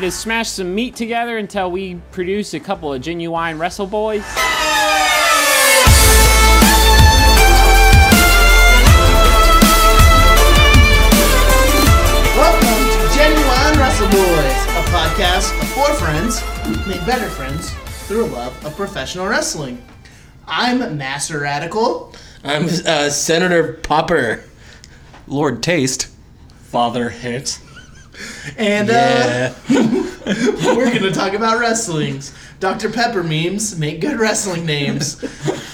to smash some meat together until we produce a couple of genuine wrestle boys. Welcome to Genuine Wrestle Boys, a podcast of four friends made better friends through a love of professional wrestling. I'm Master Radical. I'm uh, Senator Popper. Lord Taste. Father Hit. And Yeah. uh, we're going to talk about wrestlings. Dr. Pepper memes make good wrestling names.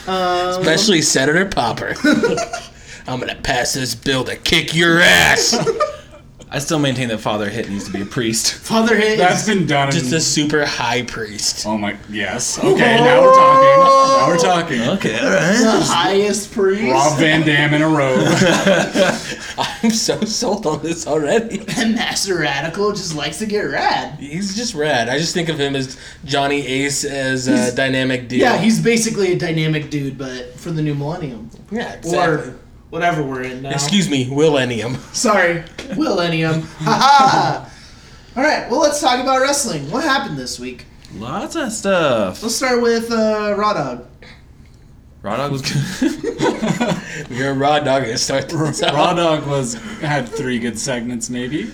Especially Senator Popper. I'm gonna pass this bill to kick your ass. I still maintain that Father Hit needs to be a priest. Father Hit is That's been done. Just In, a super high priest. oh my. Yes. Okay. Now we're talking. Now we're talking. Okay, all right. the highest priest. Rob Van Dam in a robe. I'm so sold on this already. And Master Radical just likes to get rad. He's just rad. I just think of him as Johnny Ace as uh, dynamic dude. Yeah, he's basically a dynamic dude, but for the new millennium. yeah exactly. Or whatever we're in now. Excuse me, Millennium. Sorry, Millennium. Haha. All right, well, let's talk about wrestling. What happened this week? Lots of stuff. Let's start with uh, Raw Dog. Raw Dog was good. You're a raw dog to start this out. Raw Dog was had three good segments maybe.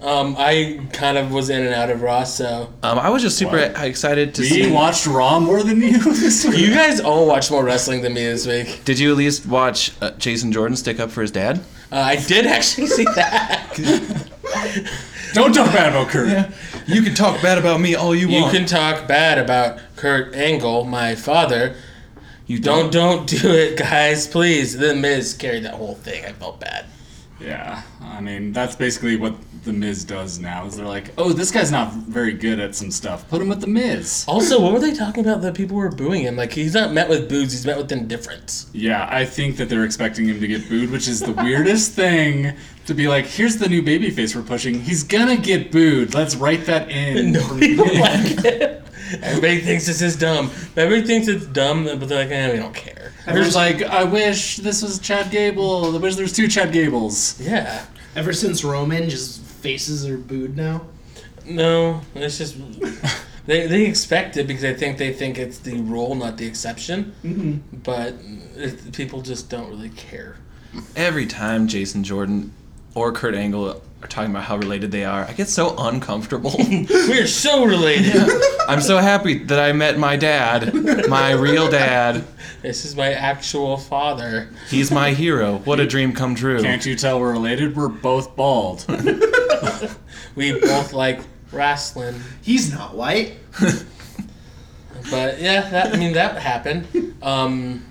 Um, I kind of was in and out of Raw, so um, I was just super What? excited to We see. watched Raw more than you this week. you guys all watched more wrestling than me this week. Did you at least watch uh, Jason Jordan stick up for his dad? Uh, I did actually see that. Don't talk bad about Kurt. You can talk bad about me all you, You can talk bad about Kurt Angle, my father. you Don't don't do it, guys, please. The Miz carried that whole thing. I felt bad. Yeah, I mean that's basically what the Miz does now. Is they're like, oh, this guy's not very good at some stuff. Put him with the Miz. Also, what were they talking about? That people were booing him. Like he's not met with boos. He's met with indifference. Yeah, I think that they're expecting him to get booed, which is the weirdest thing to be like, here's the new babyface we're pushing. He's gonna get booed. Let's write that in. No from the people beginning." like him. Everybody thinks this is dumb. Everybody thinks it's dumb, but they're like, eh, we don't care. There's like, I wish this was Chad Gable. I wish there's two Chad Gables. Yeah. Ever since Roman, just faces are booed now. No, it's just they they expect it because I think they think it's the rule, not the exception. Mm-hmm. But it, people just don't really care. Every time Jason Jordan or Kurt Angle are talking about how related they are, I get so uncomfortable. We're so related. I'm so happy that I met my dad, my real dad. This is my actual father. He's my hero. What a dream come true. Can't you tell we're related? We're both bald. We both like wrestling, He's not white. but yeah, that I mean that happened. Um,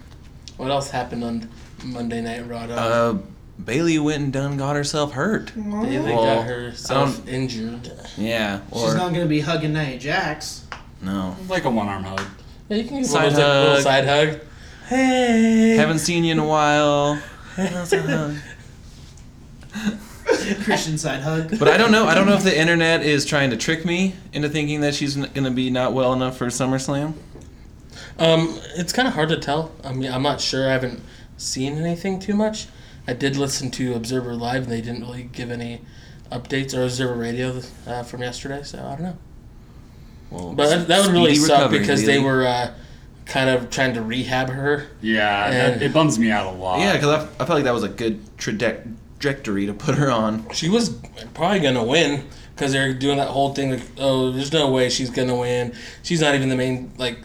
what else happened on Monday Night Raw? Uh, Uh, Bailey went and done got herself hurt. Bailey well, got herself um, injured. Yeah, or She's not gonna be hugging Nia Jax. no. like a one arm hug. Yeah, you can give Side one of those, like, little hug. side hug. Hey, Haven't seen you in a while. Christian side hug. But I don't know. I don't know if the internet is trying to trick me into thinking that she's n- gonna be not well enough for SummerSlam. Um, it's kind of hard to tell. I mean, I'm not sure. I haven't seen anything too much. I did listen to Observer Live, and they didn't really give any updates or Observer Radio uh, from yesterday, so I don't know. Well, But that, that would really speedy suck recovery, because they Bailey. were uh, kind of trying to rehab her. Yeah, that- Yeah. it bums me out a lot. Yeah, because I, I felt like that was a good traje- trajectory to put her on. She was probably gonna win because they're doing that whole thing. Like, oh, there's no way she's gonna win. She's not even the main like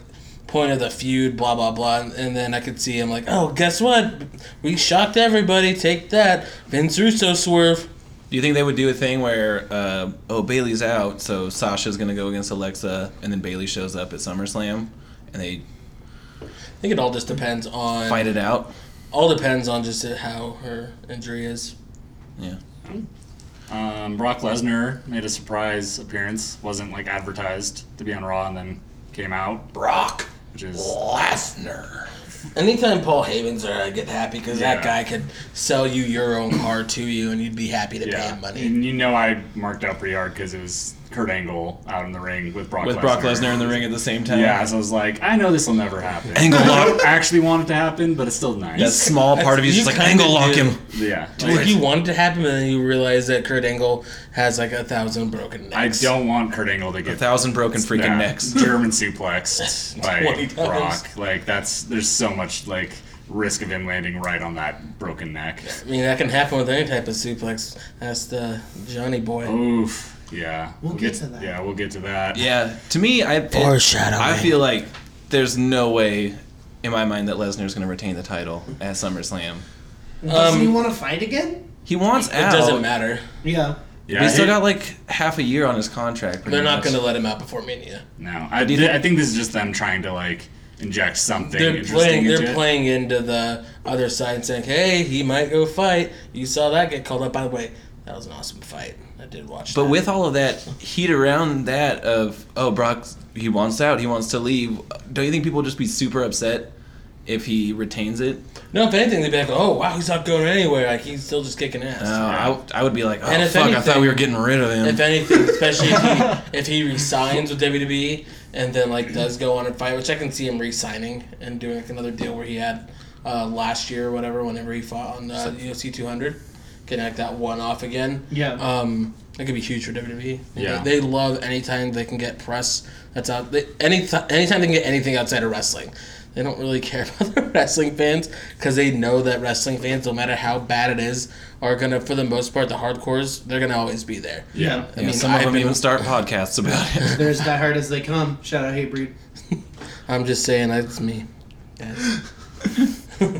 point of the feud. Blah blah blah. And, and then I could see him like, oh, guess what? We shocked everybody. Take that, Vince Russo swerve. Do you think they would do a thing where, uh, oh, Bailey's out, so Sasha's gonna go against Alexa, and then Bailey shows up at SummerSlam, and they I think it all just depends on. fight it out? All depends on just how her injury is. Yeah. Um, Brock Lesnar made a surprise appearance. Wasn't like advertised to be on Raw and then came out, Brock which is. Lesnar. Anytime Paul Heyman's there, I get happy because that Yeah. guy could sell you your own car to you, and you'd be happy to pay Yeah, him money. and you know I marked out pretty hard because it was Kurt Angle out in the ring with Brock with Brock Lesnar in the ring at the same time. Yeah, so I was like, I know this will never happen. Angle I lock. don't actually want it to happen, but it's still nice. That small part of you is You just like kinda angle lock do. him. yeah. Like Like, you wanted to happen, and then you realize that Kurt Angle has like a thousand broken I necks. don't want Kurt Angle to get Thousand broken freaking yeah, necks. German suplexed by 20 times. Brock. Like that's there's so much like risk of him landing right on that broken neck. I mean, that can happen with any type of suplex. That's the Johnny boy. Oh. Oof. Yeah. We'll, get to that. Yeah, we'll get to that. Yeah, to me, I it- I feel like there's no way in my mind that Lesnar's going to retain the title at SummerSlam. Doesn't Um, he want to fight again? He wants It out. doesn't matter. Yeah. Yeah. But he's still he- got like half a year on his contract. pretty They're not much. going to let him out before Mania. no. I, you thi- think- I think this is just them trying to like inject something They're interesting playing. into They're it. playing into the other side and saying, "Hey, he might go fight." You saw that get called up. By the way, that was an awesome fight. I did watch. But that. with all of that heat around that of oh Brock he wants out he wants to leave don't you think people will just be super upset if he retains it? no, if anything, they'd be like, "Oh wow, he's not going anywhere. Like he's still just kicking ass." Uh, I, I would be like oh And if fuck I thought anything- we were getting rid of him. If anything, especially if he, if he resigns with WWE and then like does go on and fight, which I can see him resigning and doing like another deal where he had uh, last year or whatever, whenever he fought on uh, UFC 200, getting like that one off again. Yeah. Uh, Um, that could be huge for WWE. Yeah. They, they love anytime they can get press that's out. They, any anytime they can get anything outside of wrestling. They don't really care about the wrestling fans because they know that wrestling fans, no matter how bad it is, are gonna for the most part the hardcores. They're gonna always be there. Yeah. I Yeah, mean, some I've of them been- even start podcasts about it. There's Die Hard as They Come. Shout out Hey Breed. I'm just saying, that's me. Yes.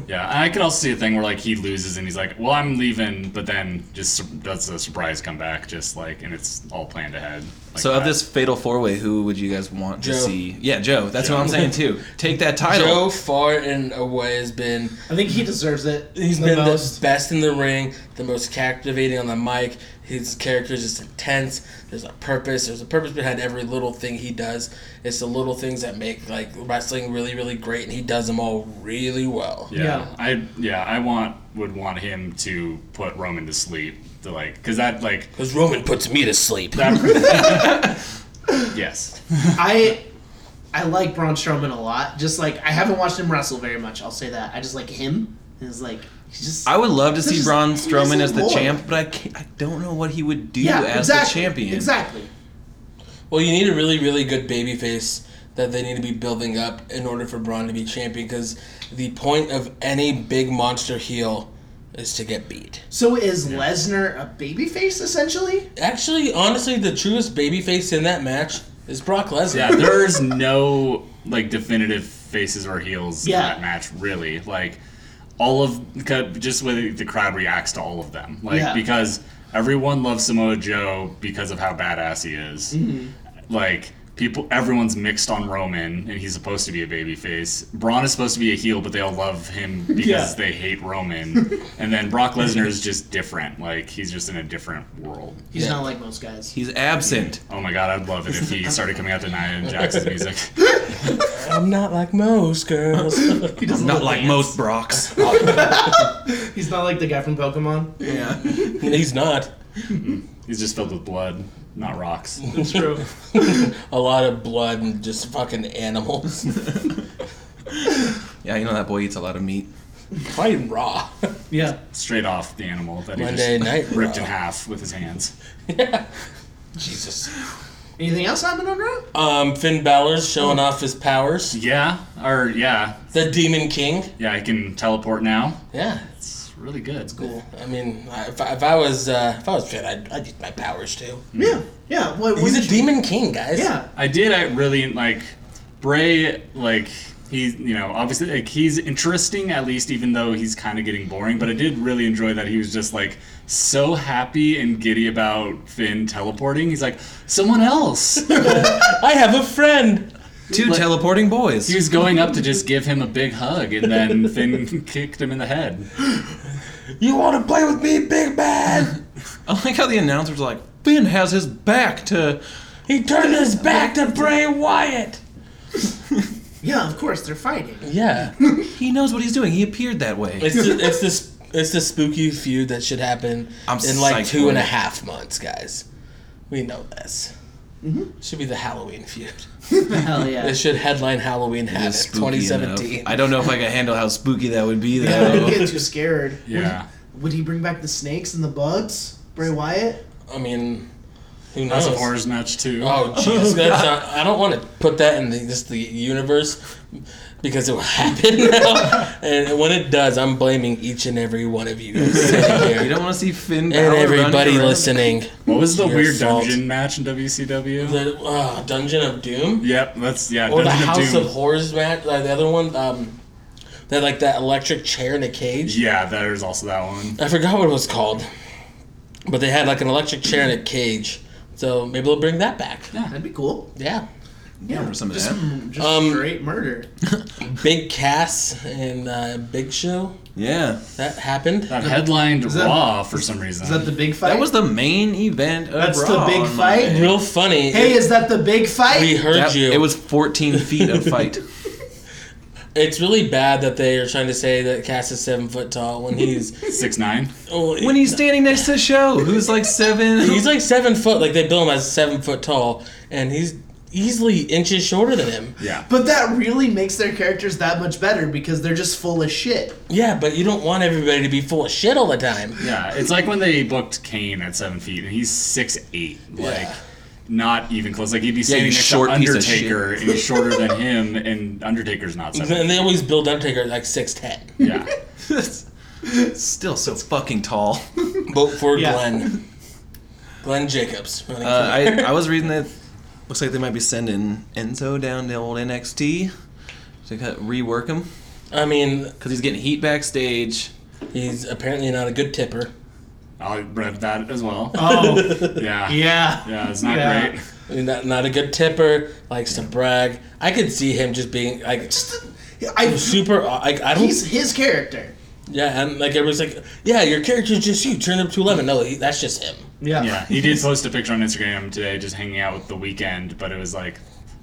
Yeah, and I could also see a thing where like he loses and he's like, "Well, I'm leaving," but then just sur- does a surprise comeback, just like, and it's all planned ahead. like So of that. this fatal four way, who would you guys want to Joe. see? Yeah, Joe. That's what I'm saying too. Take that title. Joe far and away has been I think he deserves it. he's the been most. the best in the ring, the most captivating on the mic. His character is just intense. There's a purpose. There's a purpose behind every little thing he does. It's the little things that make like wrestling really, really great, and he does them all really well. Yeah. Yeah. I yeah, I want would want him to put Roman to sleep to like because that like Because Roman puts me to sleep. that yes I I like Braun Strowman a lot. Just like I haven't watched him wrestle very much. I'll say that. I just like him. And it's like he's just. I would love to see just- Braun he's Strowman a as the boy. champ, but I, can't, I don't know what he would do yeah, as exactly, the champion. Exactly. Well, you need a really, really good baby face that they need to be building up in order for Braun to be champion because the point of any big monster heel is to get beat. So is Lesnar a babyface essentially? Actually, honestly, the truest baby face in that match is Brock Lesnar. yeah there's no like definitive faces or heels Yeah. in that match really like all of because- just with the crowd reacts to all of them like Yeah. because everyone loves Samoa Joe because of how badass he is Mm-hmm. like people everyone's mixed on Roman and he's supposed to be a babyface. Braun is supposed to be a heel, but they all love him because Yeah. they hate Roman. and then Brock Lesnar is just different. Like he's just in a different world. He's Yeah. not like most guys. He's absent. Oh my god, I'd love it if he started coming out to Nia and Jax's music. I'm not like most girls. He doesn't Not look like dance. most Brocks. He's not like the guy from Pokemon. yeah. He's not. He's just filled with blood, not rocks. It's true. A lot of blood and just fucking animals. Yeah, you know that boy eats a lot of meat. Fighting raw. yeah. Straight off the animal that he Monday just night ripped Raw. in half with his hands. Jesus. Anything else happened on Raw? Um, Finn Balor's showing off his powers. Yeah, or yeah, The Demon King. yeah, I can teleport now. Yeah, It's really good. It's cool. I mean, I- if I, if I was uh, if I was fit, I'd, I'd use my powers too. Yeah. Yeah. What, what He's did a you- demon king, guys. Yeah. I did. I really like Bray. Like he's, you know, obviously like he's interesting at least, even though he's kind of getting boring. But I did really enjoy that he was just like so happy and giddy about Finn teleporting. He's like someone else. I have a friend. Two teleporting boys. he was going up to just give him a big hug, and then Finn kicked him in the head. You want to play with me, big man? I like how the announcers are like, Finn has his back to. He turned his back to Bray Wyatt. Yeah. Of course they're fighting. Yeah, He knows what he's doing. He appeared that way. it's the, it's this it's the spooky feud that should happen I'm in like psyched two for and a it. half months, guys. We know this. Should be the Halloween feud. Hell yeah. It should headline Halloween Havoc It's spooky 2017. enough. I don't know if I can handle how spooky that would be Don't though. get too scared. Yeah. Would he bring back the snakes and the bugs? Bray Wyatt? I mean, who knows? That's a horrors match too. Oh Jesus! That's not, I don't want to put that in the, just the universe because it will happen now. and when it does, I'm blaming each and every one of you sitting you here don't want to see Finn Balor and running everybody around. listening. What was the Your weird fault. dungeon match in WCW? The uh, Dungeon of Doom Yep, that's yeah. or the Dungeon of House Doom. of Horrors match, like the other one, um, that like that electric chair in a cage. yeah, there's also that one. I forgot what it was called, but they had like an electric chair in a cage. So maybe they'll bring that back. That'd be cool. Yeah. Yeah, for some of just, that. Just Um, straight murder. Big Cass and uh, Big Show. Yeah, That happened. That headlined that- Raw for some reason. Is that the big fight? that was the main event. Of That's the Raw big on Monday. fight? Real funny. hey, it- is that the big fight? we heard That- you. It was 14 feet of fight. It's really bad that they are trying to say that Cass is seven foot tall when he's six nine? oh, when he's standing next to Show, who's like seven. he's like seven foot. Like they bill him as seven foot tall, and he's easily inches shorter than him. Yeah. But that really makes their characters that much better because they're just full of shit. Yeah, but you don't want everybody to be full of shit all the time. Yeah, it's like when they booked Kane at seven feet, and he's six eight, like not even close. Like he'd be standing you next short to piece of shit. Undertaker, and he's shorter than him, and Undertaker's not seven. And they always build Undertaker like six ten. yeah, Still so fucking tall. Vote for Yeah. Glenn. Glenn Jacobs. running Uh, for- I, I was reading that looks like they might be sending Enzo down to old NXT to cut, rework him I mean, because he's getting heat backstage. he's apparently not a good tipper. I'll read that as well. Oh, Yeah, yeah, yeah. it's not Yeah. great. Not, not a good tipper. Likes to brag. I could see him just being like I, super. I, I don't. he's his character. yeah, and like everybody's like, yeah, your character's just you. Turn up to eleven. No, he, that's just him. Yeah. Yeah, he did post a picture on Instagram today, just hanging out with the weekend, but it was like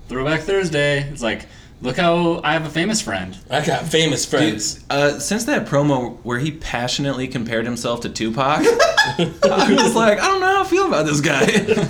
Throwback Thursday. It's like, look how I have a famous friend. I got famous friends. Uh, since that promo where he passionately compared himself to Tupac, I was like, I don't know how I feel about this guy.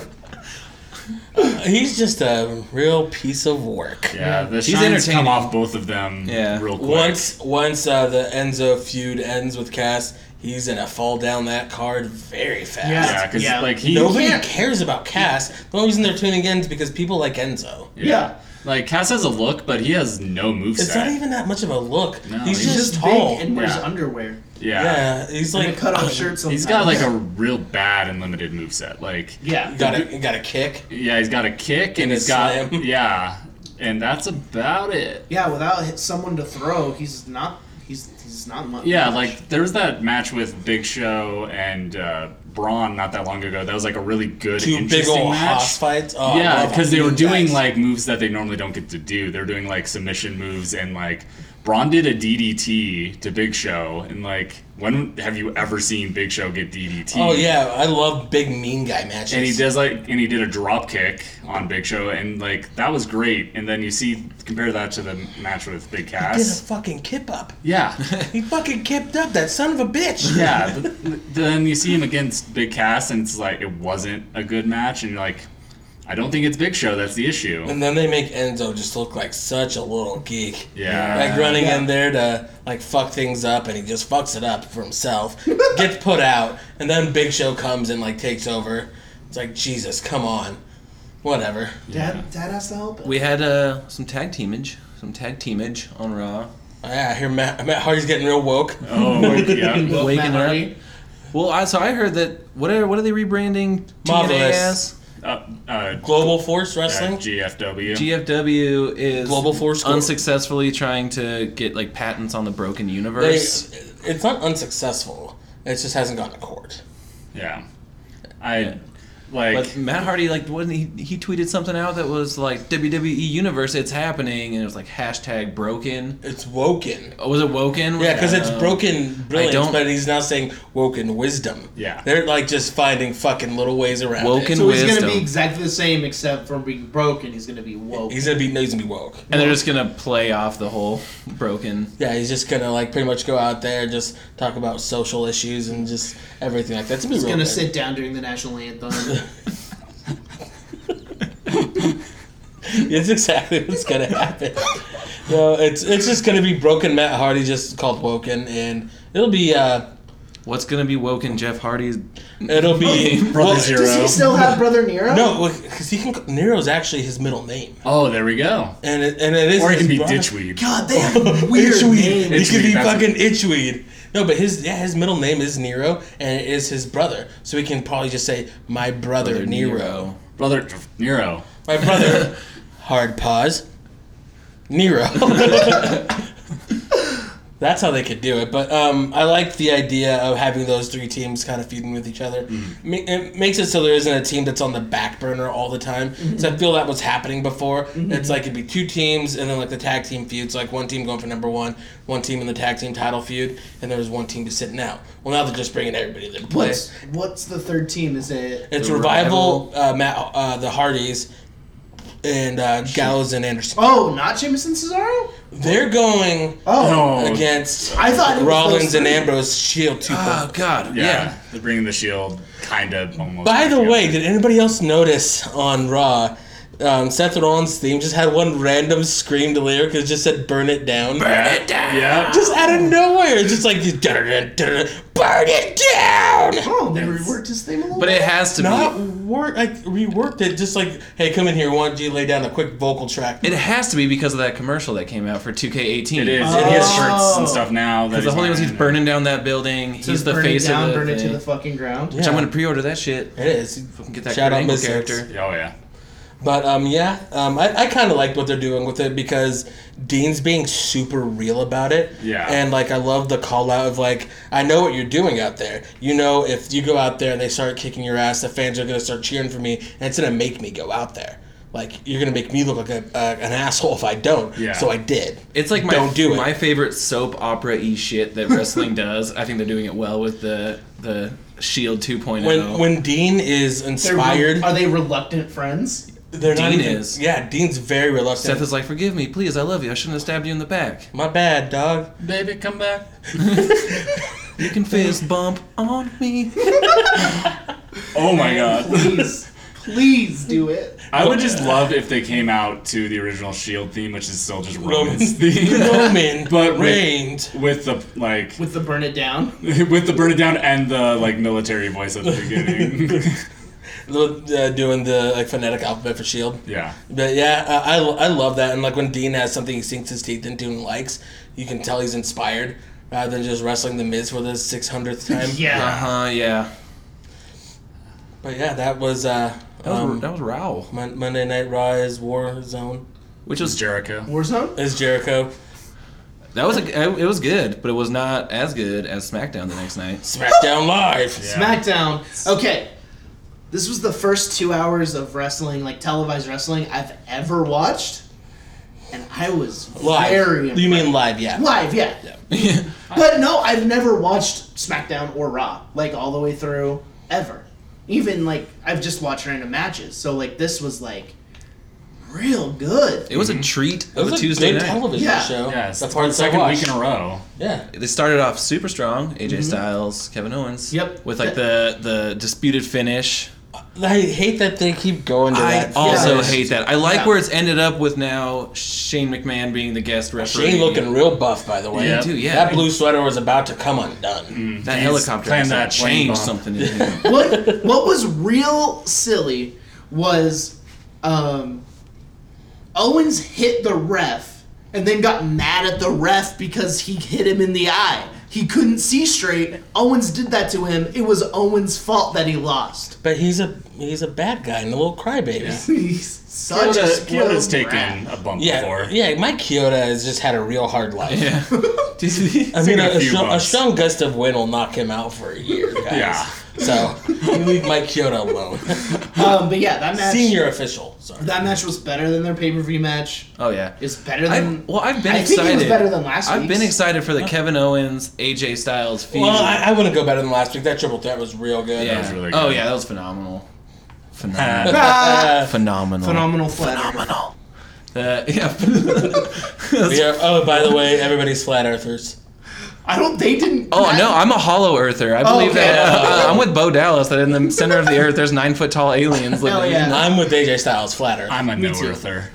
He's just a real piece of work. Yeah, the He's shines come entertaining. off both of them. Yeah. real quick. Once once uh, the Enzo feud ends with Cass, he's gonna fall down that card very fast. Yeah. Yeah, because Yeah. like he Nobody can't- cares about Cass. The only reason they're tuning in is because people like Enzo. Yeah. Like Cass has a look, but he has no moveset. It's not even that much of a look. No, he's, he's just, Just tall. big and wears Yeah. underwear. yeah. yeah. he's Like, like uh, cut off shirts. He's got like a real bad and limited moveset. Like yeah. got a got a kick. yeah, he's got a kick and, And a he's got slam. yeah, and that's about it. Yeah, without hit- someone to throw, he's not. He's he's not much. Yeah, like there was that match with Big Show and uh, Braun not that long ago. That was like a really good, Two interesting big old match. hoss fights. Oh, I yeah, love because they were these doing guys. like moves that they normally don't get to do. They're doing like submission moves and like Braun did a DDT to Big Show and like when have you ever seen Big Show get DDT? Oh yeah, I love big mean guy matches. And he does like, and he did a drop kick on Big Show, and like that was great. And then you see compare that to the match with Big Did a Cass. fucking kip up. Yeah, He fucking kipped up. That son of a bitch. yeah. but then you see him against Big Cass, and it's like it wasn't a good match. And you're like, I don't think it's Big Show. That's the issue. And then they make Enzo just look like such a little geek. Uh, Yeah. Like running Yeah. in there to like fuck things up and he just fucks it up for himself. gets put out and then Big Show comes and like takes over. It's like Jesus, come on. Whatever. dad. Dad has to help. Him. We had uh, some tag teamage, some tag teamage on Raw. Uh, Yeah, I hear Matt, Matt Hardy's getting real woke. Oh yeah. Well, Waking Matt her up. Hardy. Well, I, so I heard that what are what are they rebranding? Marvelous. TNAS? Uh, uh, Global Force Wrestling. GFW. GFW is Global Force Corp. unsuccessfully trying to get like patents on the broken They- universe. it's not unsuccessful. It just hasn't gone to court. yeah. I like. But Matt Hardy, like, wasn't he? He tweeted something out that was like WWE Universe, it's happening, and it was like hashtag broken. It's woken. Oh, was it woken? Oh. Yeah, because it's No. broken brilliance, don't- but he's now saying woken wisdom. Yeah. They're like just finding fucking little ways around Woken it. So he's gonna Wisdom. be exactly the same, except for being broken, he's gonna be woke. He's gonna be no, he's gonna be woke. And they're just gonna play off the whole broken. Yeah, he's just gonna like pretty much go out there and just talk about social issues and just everything like that. It's gonna be He's real gonna good. sit down during the national anthem. It's exactly what's gonna happen. No, it's it's just gonna be broken Matt Hardy, just called Woken, and it'll be uh, What's gonna be woken Jeff Hardy's? it'll be Brother Zero. Does he still have Brother Nero? No, because he can. Nero's actually his middle name, Oh, there we go. and it, and it is. Or it his can be brother. Ditchweed. God, they have weird Itchweed. names. He could Itchweed, be that's fucking Itchweed. No, but his yeah, his middle name is Nero, and it is his brother. So we can probably just say my brother, Nero. Brother Nero. my brother. hard pause. Nero. That's how they could do it. But um, I like the idea of having those three teams kind of feeding with each other. Ma- It makes it so there isn't a team that's on the back burner all the time. So I feel that was happening before. It's like it'd be two teams, and then like the tag team feuds, like one team going for number one, one team in the tag team title feud, and there was one team just sitting out. Well, now they're just bringing everybody to play. What's, what's the third team? Is it It's The revival, uh, Matt, uh, the Hardys, and uh, Gallows and Anderson. Oh, not Jameson Cesaro? They're going Oh, No. against I thought it was Rollins those and three. Ambrose Shield 2. Oh God. Yeah. Yeah. They're bringing the shield, kind of almost. By the Yeah. way, did anybody else notice on Raw? Um, Seth Rollins' theme just had one random screamed lyric that just said "Burn it down." Yeah. Yeah. Just out of nowhere, it's just like "Da-da-da-da-da, "Burn it down." Oh, they reworked his thing a little But it has to Not be. work like reworked it. Just like, hey, come in here. Why don't you lay down a quick vocal track? It has to be because of that commercial that came out for 2K18. It is. Oh. And he has shirts and stuff now. that Because the whole thing was he's wearing. burning down that building. He's Just the burn face it down, of the burn it to thing. the fucking ground. Which I'm Yeah. gonna pre-order that shit. It is. Get that Shout Kurt out Angle Miz character. Hicks. Oh, yeah. But um, yeah, um, I, I kind of like what they're doing with it because Dean's being super real about it. Yeah. And like, I love the call out of like, I know what you're doing out there. You know, if you go out there and they start kicking your ass, the fans are gonna start cheering for me, and it's gonna make me go out there. Like, you're gonna make me look like a, uh, an asshole if I don't. Yeah. So I did. It's like my Don't do it. my favorite soap opera y shit that wrestling does. I think they're doing it well with the the Shield oh. 2.0. when when Dean is They're re- inspired, Uh, are they reluctant friends? they're not Dean even. is. Yeah, Dean's very reluctant. Seth is like, "Forgive me, please. I love you. I shouldn't have stabbed you in the back. My bad, dog. Baby, come back. You can fist bump on me." Oh, my God. Please, please do it. I would just love if they came out to the original Shield E theme, which is still just Roman's Roman's theme, Roman But with- reigned. with the like With the burn it down. Uh-huh. with the burn it down and the like military voice at the beginning. uh, doing the like phonetic alphabet for Shield. yeah, E But yeah, I, I, I love that. And like when Dean has something he sinks his teeth into and likes, you can tell he's inspired rather than just wrestling the Miz for the six hundredth time. Uh Yeah. huh. Yeah. But yeah, that was uh That was um, that was Raul, Mon- Monday Night Raw is War Zone which it's was Jericho. Warzone? is Jericho. that was a, it was good, but it was not as good as SmackDown the next night. SmackDown Live. Yeah. SmackDown. Okay. This was the first two hours of wrestling, like televised wrestling, I've ever watched. And I was Live. very you mean impressed. live? Yeah. live, yeah. But no, I've never watched SmackDown or Raw, like all the way through, ever. Even like I've just watched random matches. So like this was like real good. It was a treat It of was a Tuesday big night. television Yeah. show. Yeah, it's the the part second week in row. a row. Yeah. They started off super strong. AJ Styles, Kevin Owens. Yep. With like the the disputed finish. I hate that they keep going to I that. also Yeah. hate that. I like Yeah. where it's ended up with now Shane McMahon being the guest referee. Shane looking real buff, by the way. Yeah. Dude, yeah. That blue sweater was about to come undone. that He's helicopter playing has that plane changed bomb. something in him. what what was real silly was um, Owens hit the ref and then got mad at the ref because he hit him in the eye. He couldn't see straight. Owens did that to him. It was Owens' fault that he lost. But he's a he's a bad guy and a little crybaby. He's such a Kyoto, spoiled Kyoto's taken brat. a bump Yeah, before. yeah. Mike Kyoto has just had a real hard life. yeah. I mean, Taken a, a a, few strong, a bumps. strong gust of wind will knock him out for a year, guys. Yeah. So you leave Mike Kyoto alone. Um, but yeah, that match. Senior official. Sorry. That match was better than their pay per view match. Oh yeah. It's better I, than. well, I've been I think it excited. was better than last I've been week's. excited for the Kevin Owens AJ Styles feud. well, I, I wouldn't go better than last week. That triple threat was real good. yeah. was really oh good. yeah, that was phenomenal. Phenomenal. Ah, phenomenal. phenomenal flat. Phenomenal. Uh, yeah. We are- oh, by the way, everybody's flat earthers. I don't. They didn't. Oh no, I'm a hollow earther. I believe Okay. that uh, I'm with Bo Dallas. That in the center of the earth, there's nine foot tall aliens living. Hell in- yeah. I'm with AJ Styles, flatter. I'm a no too. earther.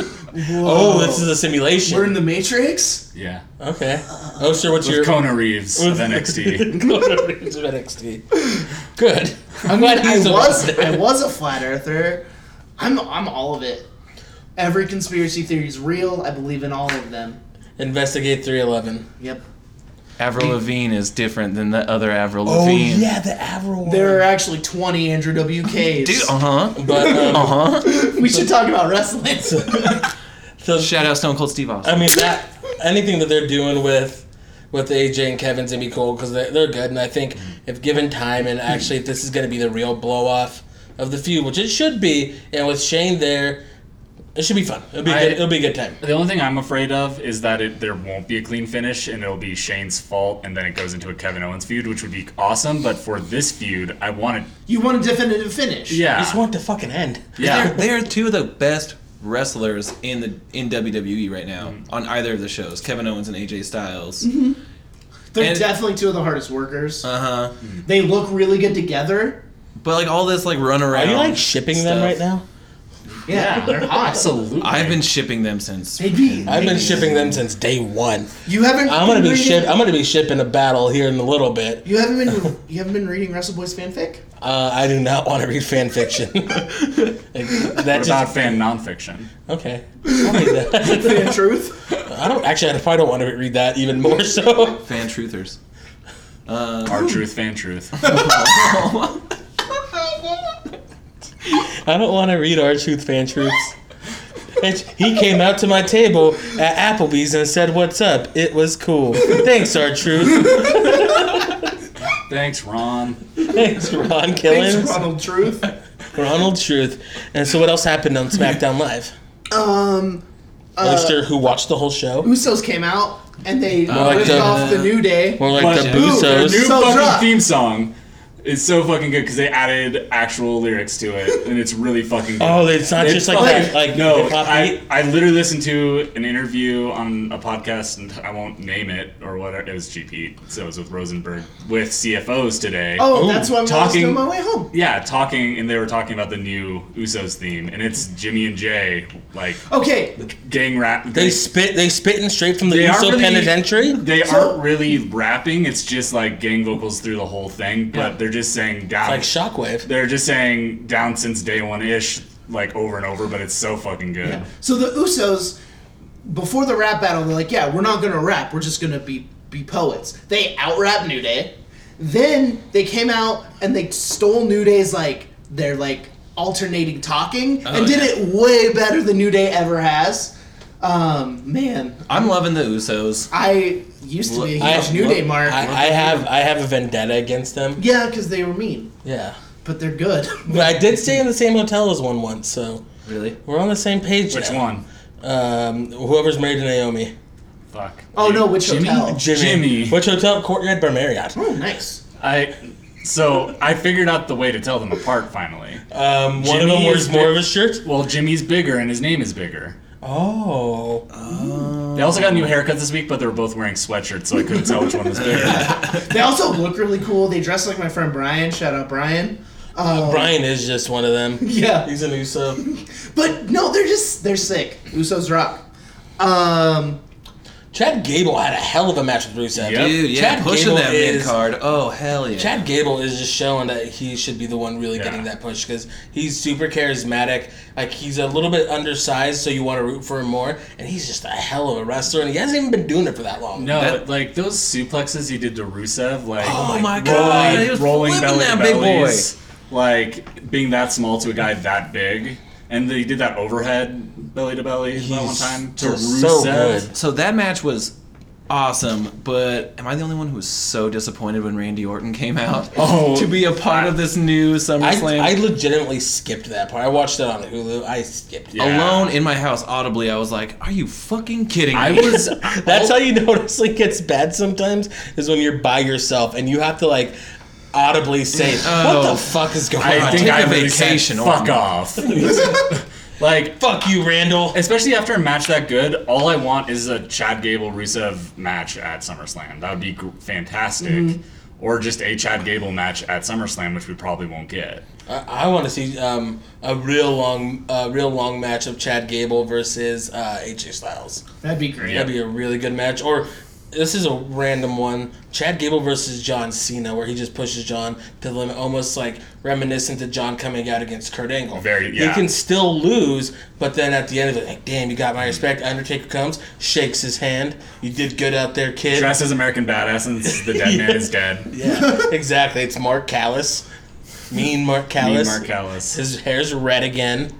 oh, this is a simulation. We're in the Matrix. Yeah. okay. Oh, sir, what's your With Kona Reeves of NXT. Kona Reeves of NXT? Good. I I'm mean, I he's was. around. I was a flat earther. I'm. I'm all of it. Every conspiracy theory is real. I believe in all of them. Investigate 311. Yep. Avril Lavigne is different than the other Avril Oh, Lavigne. the Avril. There are actually 20 Andrew WKs. Dude, uh huh. But um, Uh huh. we should talk about wrestling. so, Shout out Stone Cold Steve Austin. I mean that anything that they're doing with with AJ and Kevin's gonna be cool because they're, they're good, and I think if given time and actually if this is gonna be the real blow off of the feud, which it should be, and with Shane there, it should be fun. It'll be I- good. It'll be a good time. the only thing I'm afraid of is that it, there won't be a clean finish and it'll be Shane's fault and then it goes into a Kevin Owens feud, which would be awesome. But for this feud, I want it. you want a definitive finish. I Yeah. just want to fucking end. yeah. They are two of the best wrestlers in the in WWE right now on either of the shows. Kevin Owens and AJ Styles. They're And- definitely two of the hardest workers. Uh huh. they look really good together. But like all this like run Are around. you like shipping them stuff. right now? Yeah, they're hot. Absolutely. I've been shipping them since. They'd be- I've been they'd be- shipping them since day one. You haven't. I'm gonna been be reading- ship. I'm gonna be shipping a battle here in a little bit. You haven't been. You haven't been reading Wrestle Boys fanfic. Uh, I do not want to read fan fiction. that What about just fan nonfiction? okay. I'll read that. Fan truth. I don't actually. I probably don't want to read that even more so. Fan truthers. Our truth, fan truth. I don't want to read our truth fan truths. And he came out to my table at Applebee's and said, "What's up?" It was cool. Thanks, our truth. Thanks, Ron. Thanks, Ron Thanks, Killings, Ronald Truth. Ronald Truth. And so, what else happened on SmackDown Live? Um, Oyster, who watched the whole show, Usos came out and they Uh, like ripped the- off the New Day. or like But the ooh, their Busos. new So fucking drunk. theme song is so fucking good because they added actual lyrics to it, and it's really fucking good. Oh, it's not just like fucking- that, like no, hip hop I, beat? I literally listened to an interview on a podcast, and I won't name it or whatever. It was GP, so it was with Rosenberg with CFOs today. Oh, Ooh, that's what I'm talking- talking on my way home. yeah, talking, and they were talking about the new Usos theme, and it's Jimmy and Jay, like Okay, gang rap. They spit. They spitting straight from the They are Uso really- penitentiary. They So- aren't really rapping. It's just like gang vocals through the whole thing, but they're just saying down. Like shockwave. they're just saying down since day one ish, like over and over. But it's so fucking good. so the Usos before the rap battle, they're like, "Yeah, we're not gonna rap. We're just gonna be be poets." They out rap New Day. Then they came out and they stole New Day's like their like alternating talking Oh, and did yeah. it way better than New Day ever has. Um, man, I'm loving the Usos. I used to be a I- huge New Day mark. I, I have. I have a vendetta against them. yeah, because they were mean, Yeah. but they're good. But I did stay in the same hotel as one once, so Really? we're on the same page. Which now. one? Um, whoever's married to Naomi. Fuck. oh no, which Jimmy? hotel? Jimmy. Jimmy. Which hotel? Courtyard by Marriott. Oh, nice. I. So I figured out the way to tell them apart finally. Um, one of them Jimmy is wears more bi- of a shirt. Well, Jimmy's bigger and his name is bigger. Oh. They also got new haircuts this week, but they were both wearing sweatshirts, so I couldn't tell which one was bigger. They also look really cool. They dress like my friend Brian. Shout out Brian. Um, Uh, Brian is just one of them. Yeah. He's an Uso. But no, they're just they're sick. Usos rock. Um, Chad Gable had a hell of a match with Rusev. Yep. Dude, yeah, Chad pushing Gable that mid is- card. Oh hell yeah. Chad Gable is just showing that he should be the one really Yeah. getting that push because he's super charismatic. Like he's a little bit undersized, so you want to root for him more. And he's just a hell of a wrestler, and he hasn't even been doing it for that long. No, That- like those suplexes he did to Rusev, like Oh like, my God, he was flipping that big boy. bellies, like being that small to a guy that big, and he did that overhead belly to belly that one He's time to just so Rusev. good. So that match was awesome, but am I the only one who was so disappointed when Randy Orton came out Oh, to be a part of this new I, SummerSlam? I legitimately skipped that part. I watched it on Hulu. I skipped it. Yeah. Alone in my house, audibly, I was like, "Are you fucking kidding me?" I was That's how you notice it gets bad sometimes is when you're by yourself and you have to like audibly say, "What Oh. the fuck is going I on?" think take I a really said, vacation, fuck Orton." off. like Like, Fuck you, Randall. especially after a match that good, all I want is a Chad Gable Rusev match at SummerSlam. That would be gr- fantastic. Mm-hmm. Or just a Chad Gable match at SummerSlam, which we probably won't get. I, I want to see um, a real long, uh, real long match of Chad Gable versus uh, AJ Styles. That'd be great. That'd be a really good match. Or this is a random one: Chad Gable versus John Cena, where he just pushes John to the limit, almost like reminiscent to John coming out against Kurt Angle. Very- He yeah. can still lose, but then at the end of it, like, damn, you got my respect. Undertaker comes, shakes his hand. You did good out there, kid. Dressed as American Badass and the dead man is dead. yeah, exactly. It's Mark Callis, mean Mark Callis. Me, Mark Ellis. His hair's red again.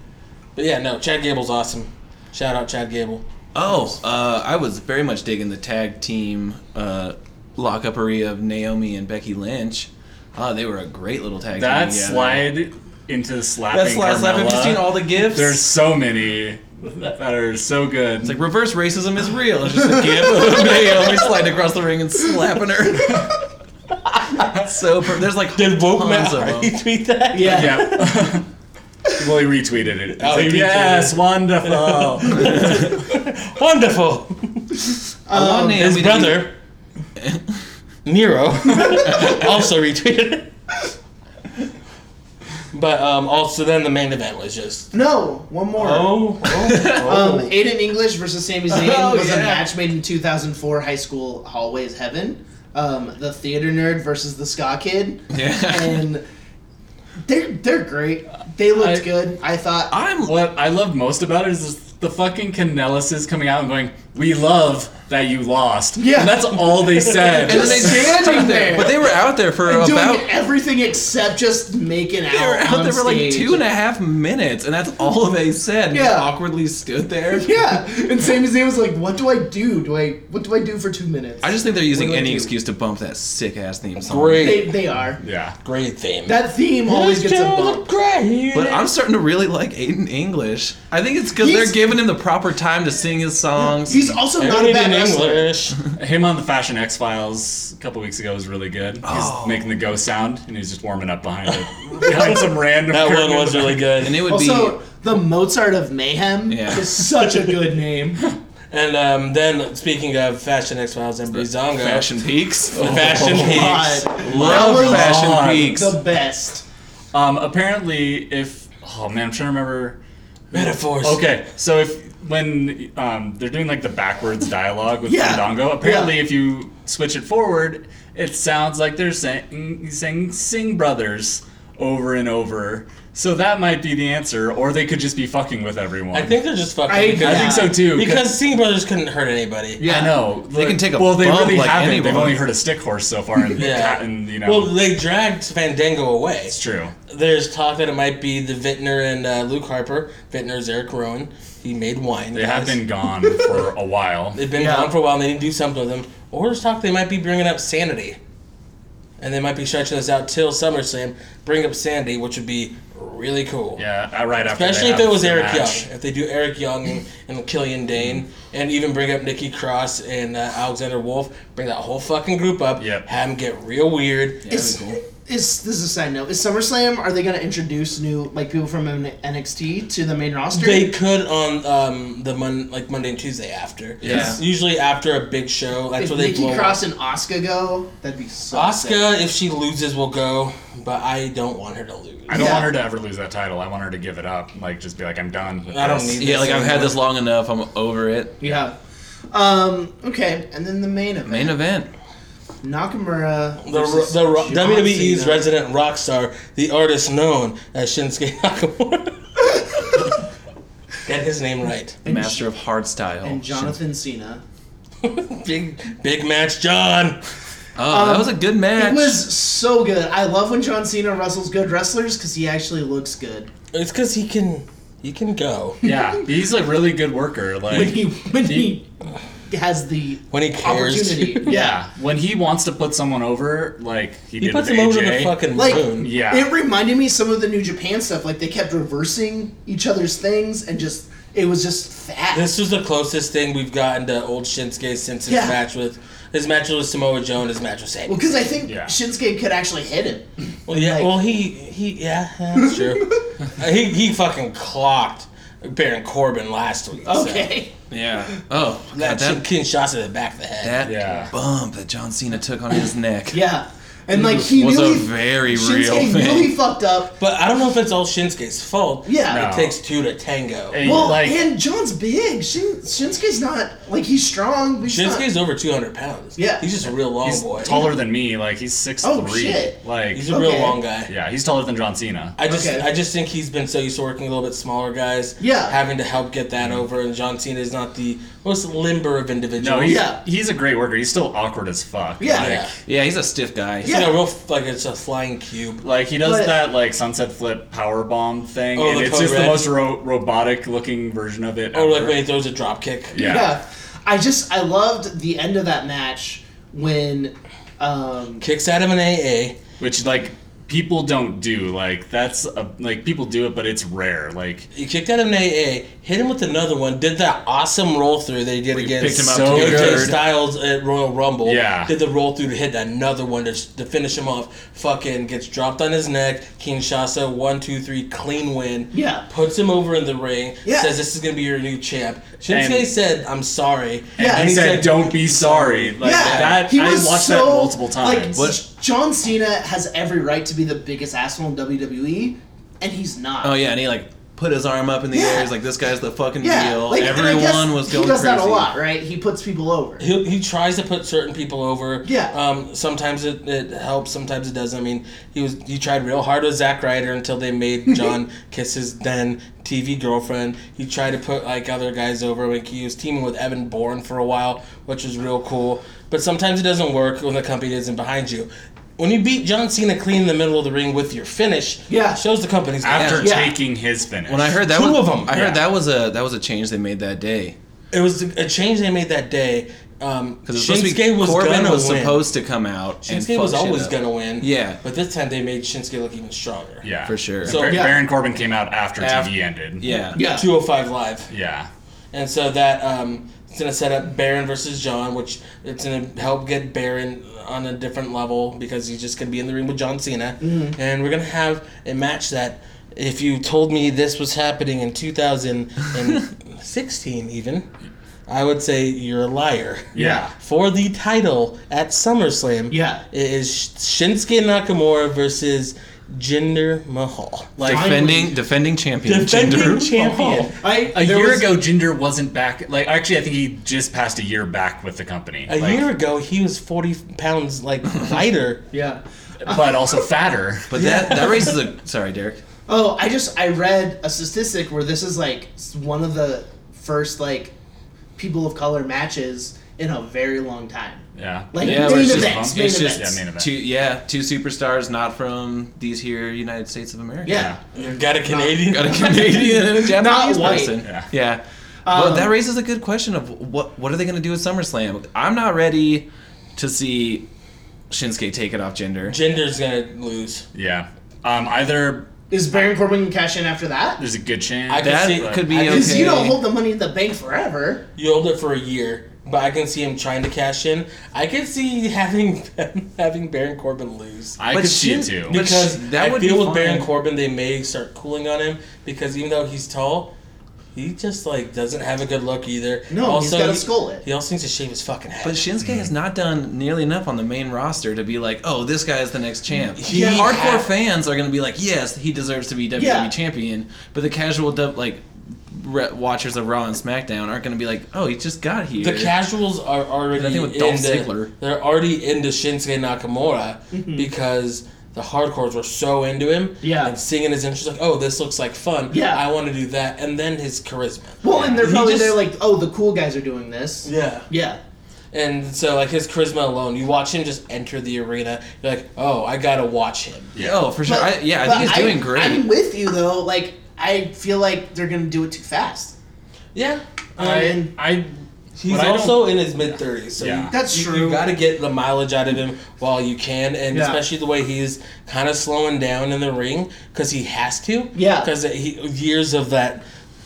But yeah, no, Chad Gable's awesome. Shout out Chad Gable. Oh, uh, I was very much digging the tag team uh, lockupery of Naomi and Becky Lynch. Oh, they were a great little tag That team. together. slide into slapping That slide slap. Have you Carmella. seen all the gifts? There's so many that are so good. It's like reverse racism is real. It's just a gif of Naomi sliding across the ring and slapping her. so per- there's like Did woke tons Matt of Hardy them. tweet that? Yeah. yeah. well, he retweeted it. It's Oh, he like, retweeted yes, wonderful. Wonderful. I want Um, Naomi His to be- brother, Nero, also retweeted it. But um, also, then the main event was just. No, one more. Oh, Um, Aiden English versus Sami Zayn Oh, was a yeah. match made in 2004 high school hallways heaven. Um, the theater nerd versus the ska kid, Yeah. and they're they're great. They looked I- good. I thought I'm what I love most about it is this, the fucking Canellises coming out and going, "We love that you lost." Yeah. and that's all they said. and then they standing there. But they were out there for doing about everything except just making out. They were out on there for like stage. two and a half minutes, and that's all they said. and Yeah. just awkwardly stood there. Yeah, and Sami Zayn was like, "What do I do? Do I what do I do for two minutes?" I just think they're using What do I any do? excuse to bump that sick ass theme song. they great, they are. yeah, great theme. That theme always gets a bump. Great. But I'm starting to really like Aiden English. I think it's because they're He's- giving him the proper time to sing his songs. He's also not a bad wrestler. English. him on the Fashion X Files a couple weeks ago was really good. He's Oh. making the ghost sound and he's just warming up behind it, behind some random. That one curtain. was really good. and it would Also, be the Mozart of Mayhem Yeah. is such a good name. And um, then, speaking of Fashion X Files and Brizongo, Fashion Peaks. Fashion Oh, God. Peaks. Love That was Fashion on Peaks. The best. Um, apparently, if oh man, I'm trying to remember. Metaphors. Okay, so if when um, they're doing like the backwards dialogue with Yeah. Fandango, apparently Yeah. if you switch it forward, it sounds like they're saying saying "Sing Brothers" over and over. So that might be the answer, or they could just be fucking with everyone. I think they're just fucking. I- because, I think so too. 'cause- Because Singh Brothers couldn't hurt anybody. yeah, I know they can take a well. They bump really like haven't. They've anyone. only heard a stick horse so far, and Yeah. cat, and you know, Well, they dragged Fandango away. it's true. There's talk that it might be the Vintner and uh, Luke Harper. Vintner's Eric Rowan. He made wine. They have been gone for a while. They've been Yeah. gone for a while. and They didn't do something with them. Or there's talk they might be bringing up Sanity, and they might be stretching this out till SummerSlam. Bring up Sanity, which would be really cool. Yeah, uh, right after. they Especially if have it was the Eric match. Mm-hmm. Young. If they do Eric Young and, and Killian Dane, and even bring up Nikki Cross and uh, Alexander Wolf, bring that whole fucking group up. Yep. Have them get real weird. Is, is this is a side note? Is SummerSlam? Are they going to introduce new like people from N- NXT to the main roster? They could on um, the mon- like Monday and Tuesday after. Yeah. 'Cause Usually after a big show, that's if where they Nikki blow Cross and Oscar go, that'd be so. sick. Oscar, if she loses, will go. But I don't want her to lose. I don't Yeah. want her to ever lose that title. I want her to give it up. Like, just be like, I'm done. with I don't this." need- yeah, like I've had this long enough. I'm over it. Yeah. Um. Okay, and then the main event. Main event. Nakamura. The, versus the, ro John WWE's Cena. resident rock star, the artist known as Shinsuke Nakamura. Get his name right. The master of hard style. and Jonathan Cena. Big big match, John. Oh, that was a good match. Um, It was so good. I love when John Cena wrestles good wrestlers because he actually looks good. It's because he can he can go Yeah, he's a really good worker. When Like, he when he has the when he cares. opportunity. yeah, when he wants to put someone over, like he, he did puts with him over AJ, the fucking Like- moon. Yeah, It reminded me some of the New Japan stuff. Like they kept reversing each other's things and just it was just fat. This was the closest thing we've gotten to old Shinsuke since his Yeah. match with his match with Samoa Joe and his match with Sami. well, because I think Yeah. Shinsuke could actually hit him. Well, yeah. like- well, he he yeah, that's true. Uh, he he fucking clocked Baron Corbin last week. so- Okay. Yeah. Oh, That, that God, that, Kinshasa to the back of the head. that Yeah. bump that John Cena took on his neck Yeah. And like he was really a very real Shinsuke thing. really fucked up. But I don't know if it's all Shinsuke's fault. Yeah. No. It takes two to tango. And, Well, like, and John's big. Shin, Shinsuke's not like he's strong. But he's not- Shinsuke's over 200 pounds. Yeah. He's just a real long he's oh, boy. taller than me. Like he's six Oh, three. shit. Like He's a real Okay. long guy. yeah, he's taller than John Cena. I just Okay. I just think he's been so used to working with a little bit smaller guys. Yeah. Having to help get that over, and John Cena is not the most limber of individuals. No, he's, Yeah. he's a great worker. He's still awkward as fuck. Yeah. Like, Yeah. Yeah, he's a stiff guy. He's like a real like it's a flying cube. Like he does But- that like sunset flip power bomb thing, Oh, and the it's just code the red. most ro- robotic looking version of it. Or like ever. when he throws a drop kick. yeah. yeah. I just I loved the end of that match when um Kicks at him in AA. which like people don't do. Like that's a, like people do it, but it's rare. Like He kicked at him in AA. Hit him with another one. Did that awesome roll through they did against picked him up so to AJ the good. third. Styles at Royal Rumble. Yeah. Did the roll through to hit another one to, to finish him off. Fucking gets dropped on his neck. Kinshasa, one, two, three, clean win. Yeah. Puts him over in the ring. Yeah. Says, this is going to be your new champ. Shinsuke And- said, I'm sorry. Yeah. and he, said, "Don't be sorry." Like yeah, that, he I was watched so, that multiple times. Like, What- John Cena has every right to be the biggest asshole in WWE, and he's not. Oh yeah, and he like put his arm up in the Yeah. air. He's like, "This guy's the fucking yeah. deal." Like, and I guess Everyone was going He does crazy. that a lot, right? He puts people over. He, he tries to put certain people over. Yeah. Um, sometimes it, it helps, sometimes it doesn't. I mean, he was he tried real hard with Zack Ryder until they made John kiss his then TV girlfriend. He tried to put like other guys over. Like he was teaming with Evan Bourne for a while, which was real cool. But sometimes it doesn't work when the company isn't behind you. When you beat John Cena clean in the middle of the ring with your finish, Yeah. shows the company's after behind. Yeah. taking his finish, When I heard that, Two of was, 'em. I Yeah. heard that was a that was a change they made that day it was a change they made that day. Um, because supposed to Shinsuke be was Corbin gonna was win. supposed to come out. Shinsuke and was fuck shit always up. gonna win. Yeah. But this time they made Shinsuke look even stronger. yeah, for sure. So So- Yeah. Baron Corbin came out after Af- TV ended. Yeah. Yeah. 205 live. yeah. And so that um it's gonna set up Baron versus John, which it's gonna help get Baron on a different level because he's just gonna be in the ring with John Cena. Mm-hmm. And we're gonna have a match that if you told me this was happening in 2016 even, I would say you're a liar. Yeah. For the title at SummerSlam, Yeah. it is Shinsuke Nakamura versus Jinder Mahal. Like Defending defending champion. Oh. defending Jinder. champion. I, a there year was- ago, Ginger wasn't back. Like actually, I think he just passed a year back with the company. A like, year ago, he was 40 pounds like lighter. Yeah. but also fatter. But that that raises a sorry, Derek. Oh, I just I read a statistic where this is like s- one of the first like people of color matches in a very long time. yeah, Like Yeah, main it's just- events, main it's just- events. yeah, main event. Two yeah, two superstars not from these here United States of America. yeah. You got a Canadian. Got a Canadian and a Japanese white. Um, person. Yeah. yeah. Well, that raises a good question of what what are they going to do with SummerSlam? I'm not ready to see Shinsuke take it off gender. Jinder's gonna lose. Yeah. Um, either Is Baron Corbin gonna cash in after that? there's a good chance. I can That see, could be I can okay. Because see- you don't hold the money in the bank forever. you hold it for a year, but I can see him trying to cash in. I can see having having Baron Corbin lose. I But could see it Shin- too. but- Because that I would feel be with Baron fine. Corbin, they may start cooling on him because even though he's tall, he just like doesn't have a good look either. No, he's got a he- skull it. He also needs to shave his fucking head. But Shinsuke has not done nearly enough on the main roster to be like, oh, this guy is the next champ. He The Hardcore ha- fans are going to be like, yes, he deserves to be WWE Yeah. champion. But the casual dub like re- watchers of Raw and SmackDown aren't going to be like, oh, he just got here. The casuals are already I think with Dolph into, Ziggler. they're already into Shinsuke Nakamura because the hardcores were so into him. Mm-hmm. Yeah. And seeing in his interest like, oh, this looks like fun. Yeah. I want to do that. And then his charisma. Well, and they're He probably just- they're like, oh, the cool guys are doing this. Yeah. Yeah. And so like his charisma alone, you watch him just enter the arena, you're like, oh, I gotta watch him. oh, for sure. I, yeah, I but think he's doing great. I'm with you though. Like I feel like they're gonna do it too fast. Yeah. Um, I, I, he's but I don't- also in his mid thirties, so Yeah. you- That's you, true. You got to get the mileage out of him while you can, and Yeah. especially the way he's kind of slowing down in the ring because he has to. Yeah. Because he years of that.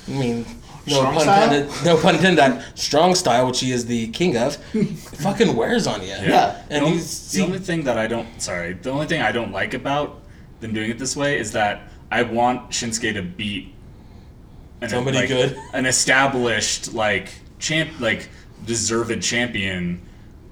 I mean. No Strong pun, style? intended, no pun intended. That strong style, which he is the king of, fucking wears on you. Yeah. And the, you only, the see, only thing that I don't sorry, the only thing I don't like about them doing it this way is that I want Shinsuke to beat an, Somebody like, good. an established like champ, like deserved champion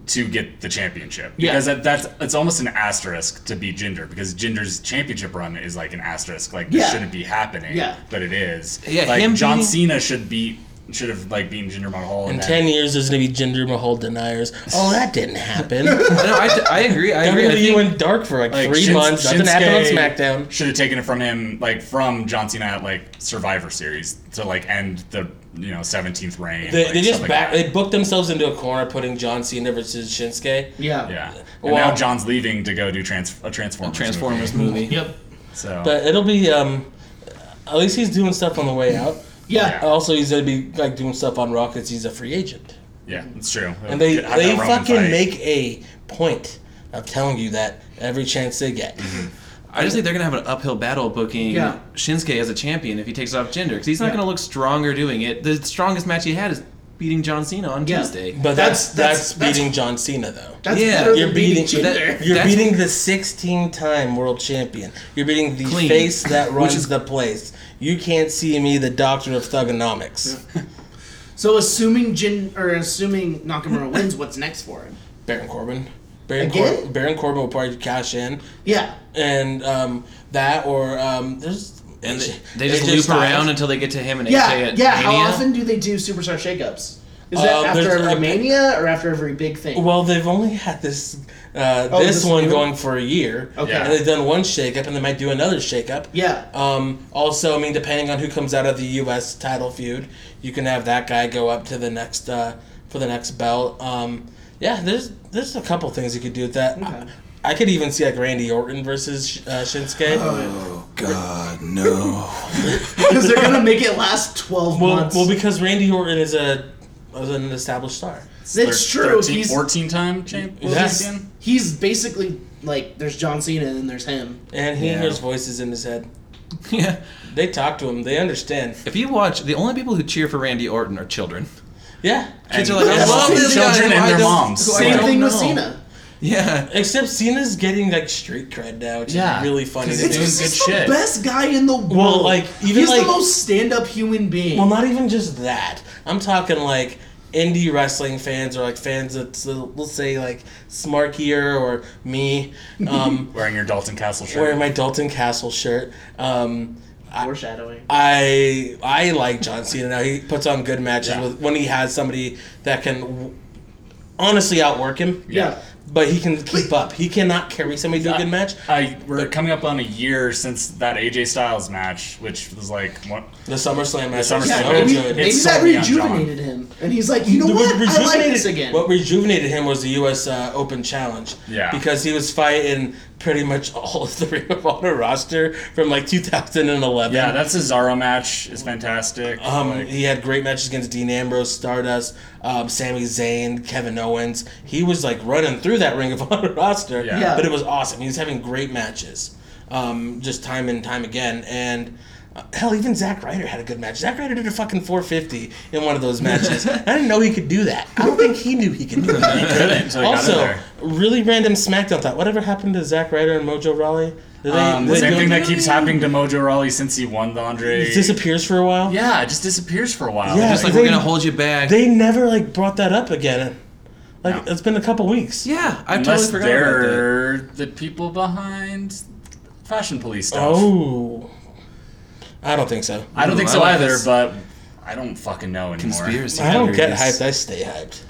to get the championship. Yeah. Because that, that's it's almost an asterisk to be Jinder because Jinder's championship run is like an asterisk. Like this Yeah. shouldn't be happening. Yeah. But it is. Yeah, Like him John beating- Cena should be should have like beaten Jinder Mahal In that. ten years, there's gonna be Jinder Mahal deniers. Oh, that didn't happen. WWE No, I, I agree. I agree. I think- went dark for like, Like, three Shins- months. Nothing happened Shinsuke on SmackDown. Should have taken it from him, like from John Cena at like Survivor Series to like end the you know seventeenth reign. They, like, they stuff just like back. that. They booked themselves into a corner, putting John Cena versus Shinsuke. Yeah. Yeah, and Well- now John's leaving to go do trans- a Transformers. Transformers movie. movie. Yep. So But it'll be. Um, at least he's doing stuff on the way out. Yeah. Also, he's gonna be like doing stuff on Raw 'cause he's a free agent. yeah, it's true. And they Have that they Roman fucking fight. make a point of telling you that every chance they get. Mm-hmm. I just think they're gonna have an uphill battle booking Yeah. Shinsuke as a champion if he takes off Jinder because he's not Yeah. gonna look stronger doing it. The strongest match he had is beating John Cena on Yeah. Tuesday. But that's That's- that's, that's- that's- beating John Cena though. That's Yeah, better You're than beating beating, Jinder. Jinder. you're That's- beating the 16 time world champion. You're beating the Clean. face that Which runs is- the place. You can't see me, the doctor of thugonomics. So assuming Jin or assuming Nakamura wins, what's next for him? Baron Corbin. Baron, Again? Cor- Baron Corbin will probably cash in, Yeah. and um, that or um, there's And they, they just loop around until they get to him and AJ Yeah. at Yeah. How Mania. often do they do superstar shakeups? Is that Uh, after there's every a- mania or after every big thing? Well, they've only had this uh, Oh, this, this one new- going for a year. Okay. And they've done one shakeup, and they might do another shakeup. Yeah. Um, also, I mean, depending on who comes out of the U.S. title feud, you can have that guy go up to the next uh, for the next belt. Um, yeah, there's there's a couple things you could do with that. Okay. I, I could even see like Randy Orton versus uh, Shinsuke. Oh God, no! Because they're gonna make it last twelve well, months. well, because Randy Orton is a is an established star. That's Thir- true. 13, he's 14 time champ. world Yes. champion? he's basically like there's John Cena and then there's him. And he Yeah. hears voices in his head. yeah, They talk to him. They understand. if you watch, the only people who cheer for Randy Orton are children. Yeah. Kids And are like, I yes, love this guy. children who and I their don't- moms. who I Same Same don't thing with know." Cena. Yeah, Except Cena's getting like street cred now, which Yeah. is really funny. Because to it's me. just- good he's shit. the best guy in the world. like, even he's like- the most stand-up human being. Well, not even just that. I'm talking like indie wrestling fans or like fans that's uh, let's say like Smarkier or me um, Wearing your Dalton Castle shirt. wearing my Dalton Castle shirt. Um, Foreshadowing. I I like John Cena now. He puts on good matches Yeah. with when he has somebody that can w- honestly outwork him. yeah. But he can keep up. He cannot carry somebody to a good match. I, we're coming up on a year since that AJ Styles match, which was like what, The SummerSlam match. SummerSlam Yeah, So maybe, good. maybe It's that so beyond rejuvenated him, and he's like, you know What what? I like rejuvenated- this again. What rejuvenated him was the U.S. Uh, Open Challenge. Yeah. Because he was fighting pretty much all of the Ring of Honor roster from like 2011. Yeah, that Cesaro match is fantastic. Um, Like, he had great matches against Dean Ambrose, Stardust, um, Sami Zayn, Kevin Owens. He was like running through that Ring of Honor roster, Yeah. Yeah. but it was awesome. He was having great matches, um, just time and time again. And uh, hell, even Zack Ryder had a good match. Zack Ryder did a fucking 450 in one of those matches. I didn't know he could do that. I don't think he knew he could do that. couldn't until he got in also, there. really random SmackDown thought. Whatever happened to Zack Ryder and Mojo Rawley? Did they, Um, did the they same go- thing that keeps happening to Mojo Rawley since he won the Andre. It disappears for a while. Yeah, it just disappears for a while. Yeah. just like They- we're gonna hold you back. They never like brought that up again. Like No. it's been a couple weeks. yeah, I unless totally forgot about that. they're the people behind Fashion Police stuff. Oh. I don't think so. I don't think Ooh, so I like either, this. but I don't fucking know anymore. Conspiracy. I don't get theories. hyped. I stay hyped.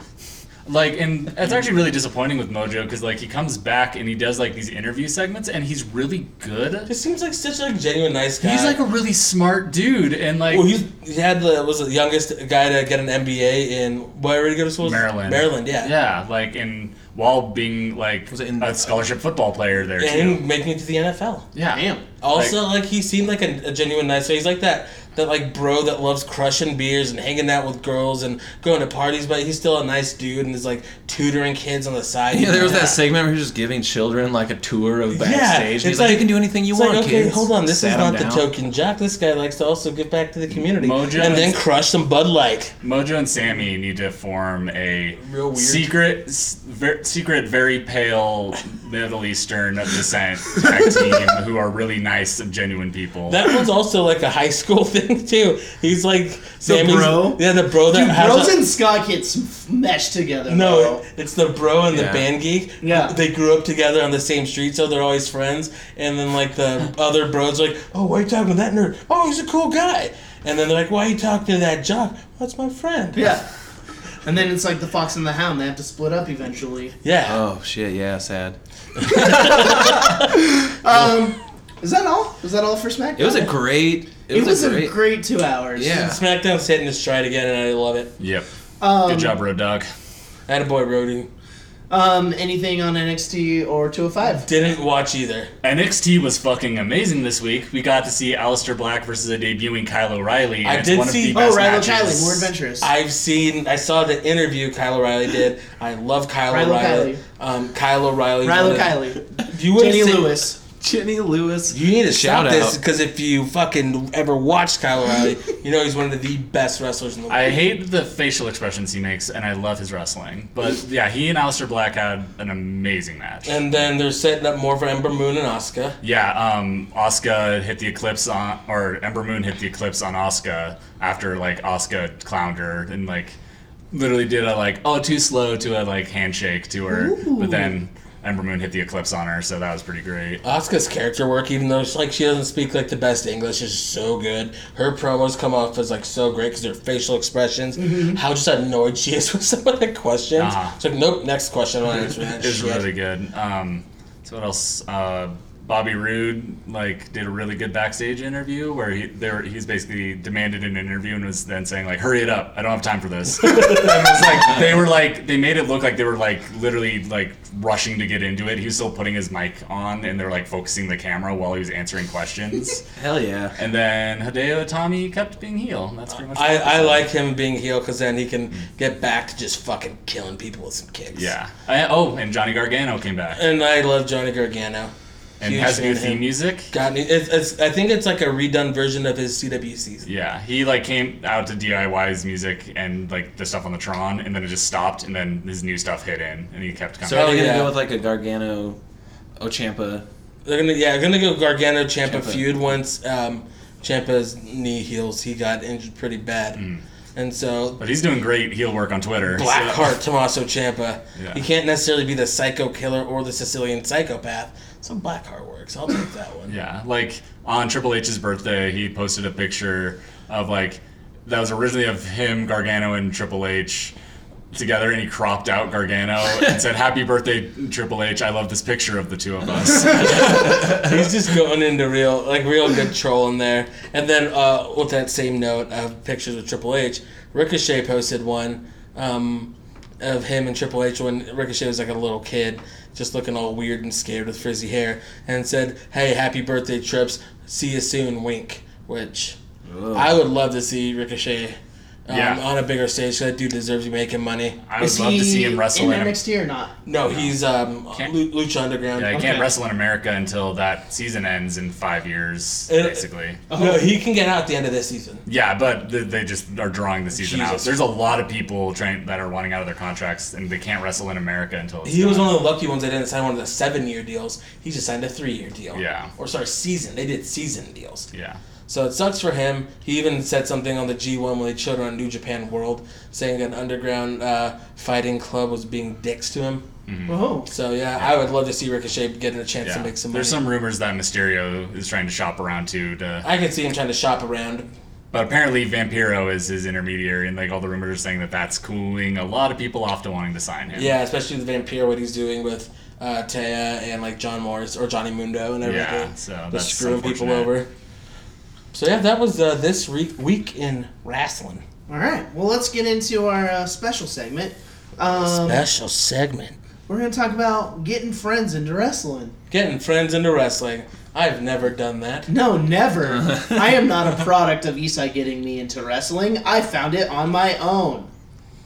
Like, and it's actually really disappointing with Mojo because like he comes back and he does like these interview segments and he's really good. He seems like such a genuine nice guy. He's like a really smart dude and like well, he, he had the was the youngest guy to get an MBA in where did he go to school? Maryland. Maryland, yeah. yeah, like and while being like Was it in- a scholarship football player there too. And making it to the NFL. Yeah, Damn. Also, like, he seemed like a, a genuine nice. So he's like that that like bro that loves crushing beers and hanging out with girls and going to parties, but he's still a nice dude and is like tutoring kids on the side. Yeah, there was Yeah. that segment where he was just giving children like a tour of backstage. it's and he's like, like- you can do anything you It's want, like, okay, kids. hold on, this Sat is him not the down. token jock. This guy likes to also give back to the community Mojo and then is- crush some Bud Light. Mojo and Sammy need to form a Real weird. secret, s- ver- secret, very pale Middle Eastern of descent tech team who are really nice and genuine people. That one's also like a high school thing too. He's like Sammy's- bro? Yeah, the bro that Dude, has. Rose a- and Scott get sm- meshed together. no, bro. it's the bro and the Yeah. band geek. Yeah. They grew up together on the same street, so they're always friends. And then like the other bros are like, oh, why are you talking to that nerd? Oh, he's a cool guy. And then they're like, why are you talking to that jock? That's my friend. Yeah. And then it's like the fox and the hound. They have to split up eventually. Yeah. Oh shit, yeah, sad. Is that all? Is that all for SmackDown? It was a great. It, It was, a great. two hours. Yeah. SmackDown's hitting its stride again, and I love it. Yep. Um, Good job, Road Dog. Attaboy Brody. Um, anything on NXT or 205? Didn't watch either. NXT was fucking amazing this week. We got to see Aleister Black versus a debuting Kyle O'Reilly. and I it's did one see- Of the Oh, best Rilo matches. Kiley, more adventurous. I've seen. I saw the interview Kyle O'Reilly did. I love Kyle Rilo O'Reilly. Kiley. Um, Kyle O'Reilly. Rilo Kiley, You wouldn't Jenny say- Lewis. Jenny Lewis. You need to shout stop Shout this out. because if you fucking ever watched Kyle O'Reilly, you know he's one of the best wrestlers in the world. I hate the facial expressions he makes, and I love his wrestling. But yeah, he and Aleister Black had an amazing match. and then they're setting up more for Ember Moon and Asuka. Yeah, um, Asuka hit the eclipse on, or Ember Moon hit the eclipse on Asuka after like Asuka clowned her and like literally did a like oh too slow to a like handshake to her, but then Ember Moon hit the eclipse on her, so that was pretty great. Asuka's character work, even though it's like she doesn't speak like the best English, is so good. Her promos come off as like so great because her facial expressions, how just annoyed she is with some of the questions. Uh-huh. It's like, nope, next question. I'm not answering that It was shit. really good. Um, so what else? Uh, Bobby Roode like did a really good backstage interview where he there he's basically demanded an interview and was then saying like hurry it up I don't have time for this. and it was like they were like they made it look like they were like literally like rushing to get into it. He was still putting his mic on and they're like focusing the camera while he was answering questions. Hell yeah. and then Hideo Itami kept being heel. That's pretty much. I, what it I was. like him being heel because then he can get back to just fucking killing people with some kicks. Yeah. I, oh, and Johnny Gargano came back And I love Johnny Gargano. and Huge has fan new of him. theme music. God, it's, it's, I think it's like a redone version of his CW season. Yeah, he like came out to DIY's music and like the stuff on the Tron, and then it just stopped, and then his new stuff hit in, and he kept coming. So are Oh, they gonna yeah. go with like a Gargano, Ochampa? They're gonna yeah, gonna go Gargano Champa Ciampa. feud once um, Champa's knee heals. He got injured pretty bad, and so Mm. but he's doing great heel work on Twitter. so- Blackheart Tommaso Champa. Yeah. He can't necessarily be the psycho killer or the Sicilian psychopath. So Blackheart works. I'll take that one. Yeah, like on Triple H's birthday, he posted a picture of like that was originally of him, Gargano, and Triple H together, and he cropped out Gargano and said, "Happy birthday, Triple H! I love this picture of the two of us." He's just going into real like real good trolling there. And then uh, with that same note of pictures of Triple H, Ricochet posted one um, of him and Triple H when Ricochet was like a little kid, just looking all weird and scared with frizzy hair, and said, "Hey, happy birthday, Trips. See you soon, wink." Which I would love to see Ricochet. Um, Yeah. On a bigger stage, 'cause that dude deserves to be making money. I would love to see him wrestle in in a- NXT or not? No, he's um, Lu- Lucha Underground. Yeah, he can't Okay. wrestle in America until that season ends in five years, It- basically. No, he can get out at the end of this season. Yeah, but th- they just are drawing the season out. Jesus. There's a lot of people trying that are wanting out of their contracts, and they can't wrestle in America until it's He was done. one of the lucky ones that didn't sign one of the seven year deals. He just signed a three year deal. Yeah. Or sorry, season. They did season deals. yeah. So it sucks for him. He even said something on the G1 when they showed it on New Japan World, saying an underground uh, fighting club was being dicks to him. Oh, So yeah, I would love to see Ricochet getting a chance yeah. to make some money. There's some rumors that Mysterio is trying to shop around too, to, I could see him trying to shop around. but apparently Vampiro is his intermediary, and like all the rumors are saying that that's cooling a lot of people off to wanting to sign him. Yeah, especially the Vampire, what he's doing with uh, Taya and like John Morris or Johnny Mundo and everything. yeah. So that's Just screwing people unfortunate. over. So yeah, that was uh, this re- week in wrestling. all right. Well, let's get into our uh, special segment. Um, Special segment. we're gonna talk about getting friends into wrestling. Getting friends into wrestling. I've never done that. No, never. I am not a product of Isai getting me into wrestling. I found it on my own.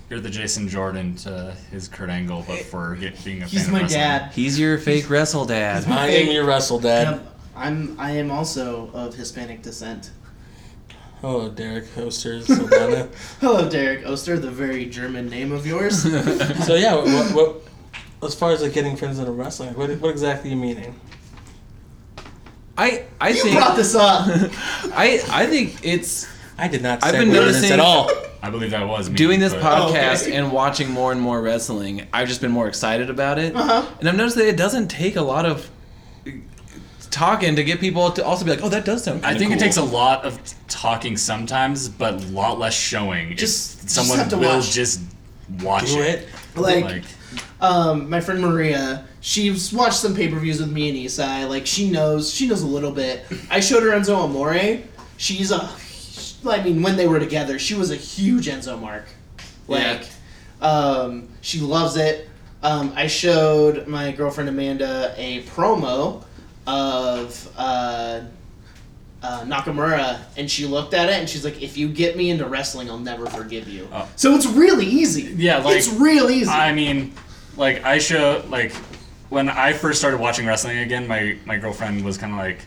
You're the Jason Jordan to his Kurt Angle, but for get, being a He's fan my of wrestling. dad. He's your fake wrestle dad. I am your wrestle dad. Yep, I'm. I am also of Hispanic descent. Oh, Derek Hosters. Savannah. Hello, Derek Oster, the very German name of yours. so yeah, what, what as far as like getting friends into wrestling, what, what exactly are you meaning? I I You think brought this up. Uh-huh. I I think it's I did not. I've segue been in this noticing- at all. I believe that was me, doing this but- podcast okay. and watching more and more wrestling. I've just been more excited about it, Uh-huh. and I've noticed that it doesn't take a lot of uh, talking to get people to also be like, "Oh, that does sound." I kinda think it cool." takes a lot of talking sometimes, but a lot less showing. Just- if someone just have to will watch. just watch Do it. it. Like, um, my friend Maria, she's watched some pay per views with me and Isai. Like she knows, she knows a little bit. I showed her Enzo Amore. She's a, I mean, when they were together, she was a huge Enzo Mark. Like, um, she loves it. Um, I showed my girlfriend Amanda a promo of uh, uh, Nakamura, and she looked at it and she's like, "If you get me into wrestling, I'll never forgive you." Oh. So it's really easy. Yeah, like- it's real easy. I mean, like I show like when I first started watching wrestling again, my my girlfriend was kind of like,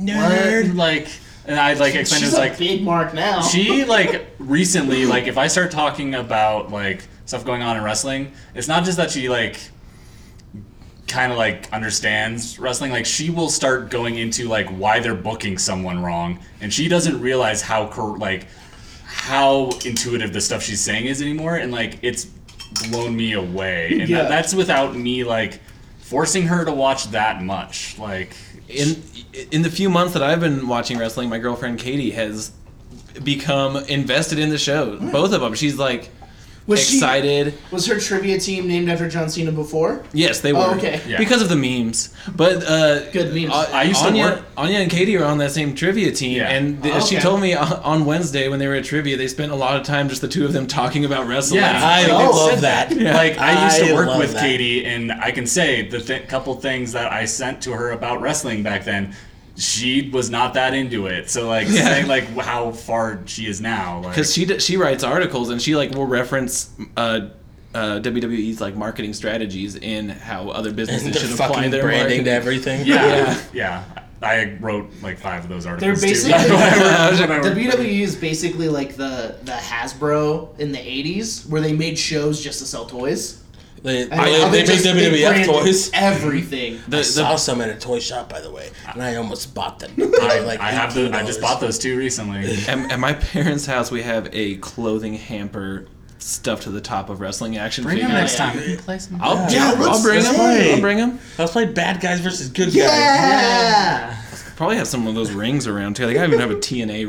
Nerd. "What?" like, and I like explained it She's was a like big mark now. she like recently like if I start talking about like stuff going on in wrestling, it's not just that she like kind of like understands wrestling like she will start going into like why they're booking someone wrong and she doesn't realize how cor- like how intuitive the stuff she's saying is anymore and like it's blown me away and Yeah. that, that's without me like forcing her to watch that much like in in the few months that I've been watching wrestling, my girlfriend Katie has become invested in the show. Both of them. She's like was she- excited. was her trivia team named after John Cena before? Yes, they were. Oh, okay. Yeah. Because of the memes. But uh Good memes. uh, I used to Anya, work- Anya and Katie are on that same trivia team Yeah. and the, Oh, she okay. told me on on Wednesday when they were at trivia, they spent a lot of time just the two of them talking about wrestling. Yeah. I Like, they love said that. Like I used I to work love with that. Katie, and I can say the th- couple things that I sent to her about wrestling back then, she was not that into it. So like Yeah. saying like how far she is now, like because she d- she writes articles and she like will reference uh, uh, WWE's like marketing strategies in how other businesses Isn't should there apply fucking their branding to marketing. everything? yeah, Yeah. yeah, I wrote like five of those They're articles. basically Too. Whatever, the whatever. WWE is basically like the the Hasbro in the '80s, where they made shows just to sell toys. They, they, And now they make just- Oh, they WWF brand toys. Everything. The, I saw the, some at a toy shop, by the way, and I almost bought them. I, They're like I have the. I just $18. bought those two recently. at, at my parents' house, we have a clothing hamper stuffed to the top of wrestling action Bring them figures. next yeah. time. We can play some. I'll, Yeah, I'll let's- bring let's them. play. I'll bring them. Let's play bad guys versus good Yeah. Probably have some of those rings around too. Like I even have a TNA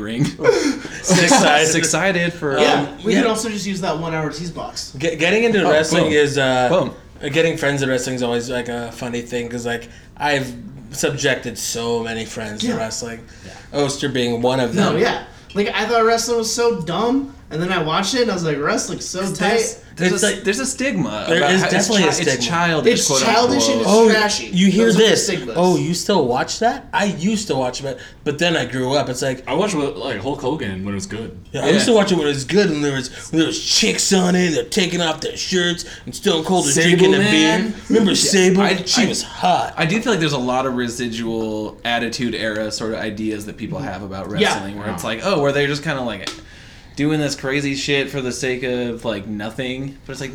ring. guys. Six sides. It's excited for um, Um, Yeah, we yeah. could also just use that one hour tease box. Get, getting into wrestling boom. is uh, Boom. getting friends in wrestling is always like a funny thing because like I've subjected so many friends Yeah. to wrestling, Oster being one of them. No, yeah. Like I thought wrestling was so dumb, and then I watched it and I was like, wrestling's so tight. There's, There's, there's a, like there's a stigma. There about is how- it's definitely a chi- stigma. It's childish. It's quote childish and unquote. it's- oh trashy. you hear Those are the this stigmas. oh you still watch that I used to watch it but then I grew up it's like I watched with, like Hulk Hogan when it was good. Yeah, I used to Yeah. watch it when it was good, and there was when there was chicks on it. They're taking off their shirts, and Stone Cold was Sable drinking a Man. beer. Remember Sable? I- she I- was hot. I do feel like there's a lot of residual attitude era sort of ideas that people have about Mm-hmm. Yeah. wrestling, where it's like, oh, where they're just kind of like doing this crazy shit for the sake of like nothing. But it's like,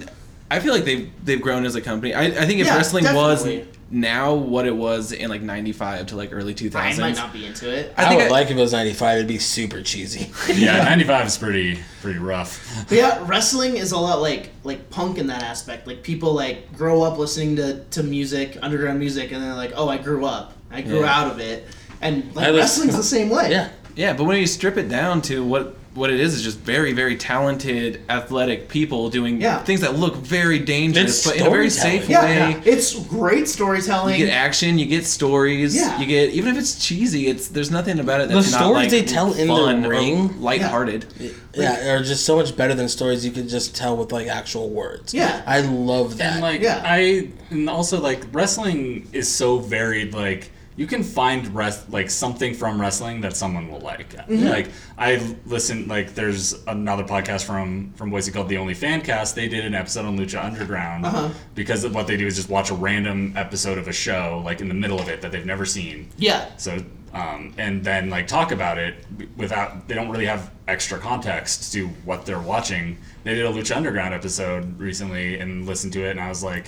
I feel like they've they've grown as a company. I, I think if Yeah, wrestling was definitely. now what it was in like '95 to like early 2000s, I might not be into it. I, think would I- like if it was '95. It'd be super cheesy. Yeah, ninety five is pretty pretty rough. But yeah, wrestling is a lot like like punk in that aspect. Like people like grow up listening to, to music, underground music, and they're like, oh, I grew up, I grew Yeah. out of it, and I like was- wrestling's the same way. yeah, Yeah, but when you strip it down to what what it is is just very very talented athletic people doing Yeah. things that look very dangerous, It's but in a very storytelling. safe yeah, way. yeah. it's great You storytelling. get action, you get stories, Yeah. you get even if it's cheesy, it's there's nothing about it that's The not stories like they tell in the fun or ring- lighthearted. yeah, are just so much better than stories you could just tell with like actual words. Yeah. I love that. And like Yeah. I and also like wrestling is so varied like you can find rest like something from wrestling that someone will like. Like I listened like there's another podcast from from Boise called The Only Fan Cast. They did an episode on Lucha Underground because of what they do is just watch a random episode of a show like in the middle of it that they've never seen. yeah, So um, and then like talk about it without they don't really have extra context to what they're watching. They did a Lucha Underground episode recently and listened to it, and I was like,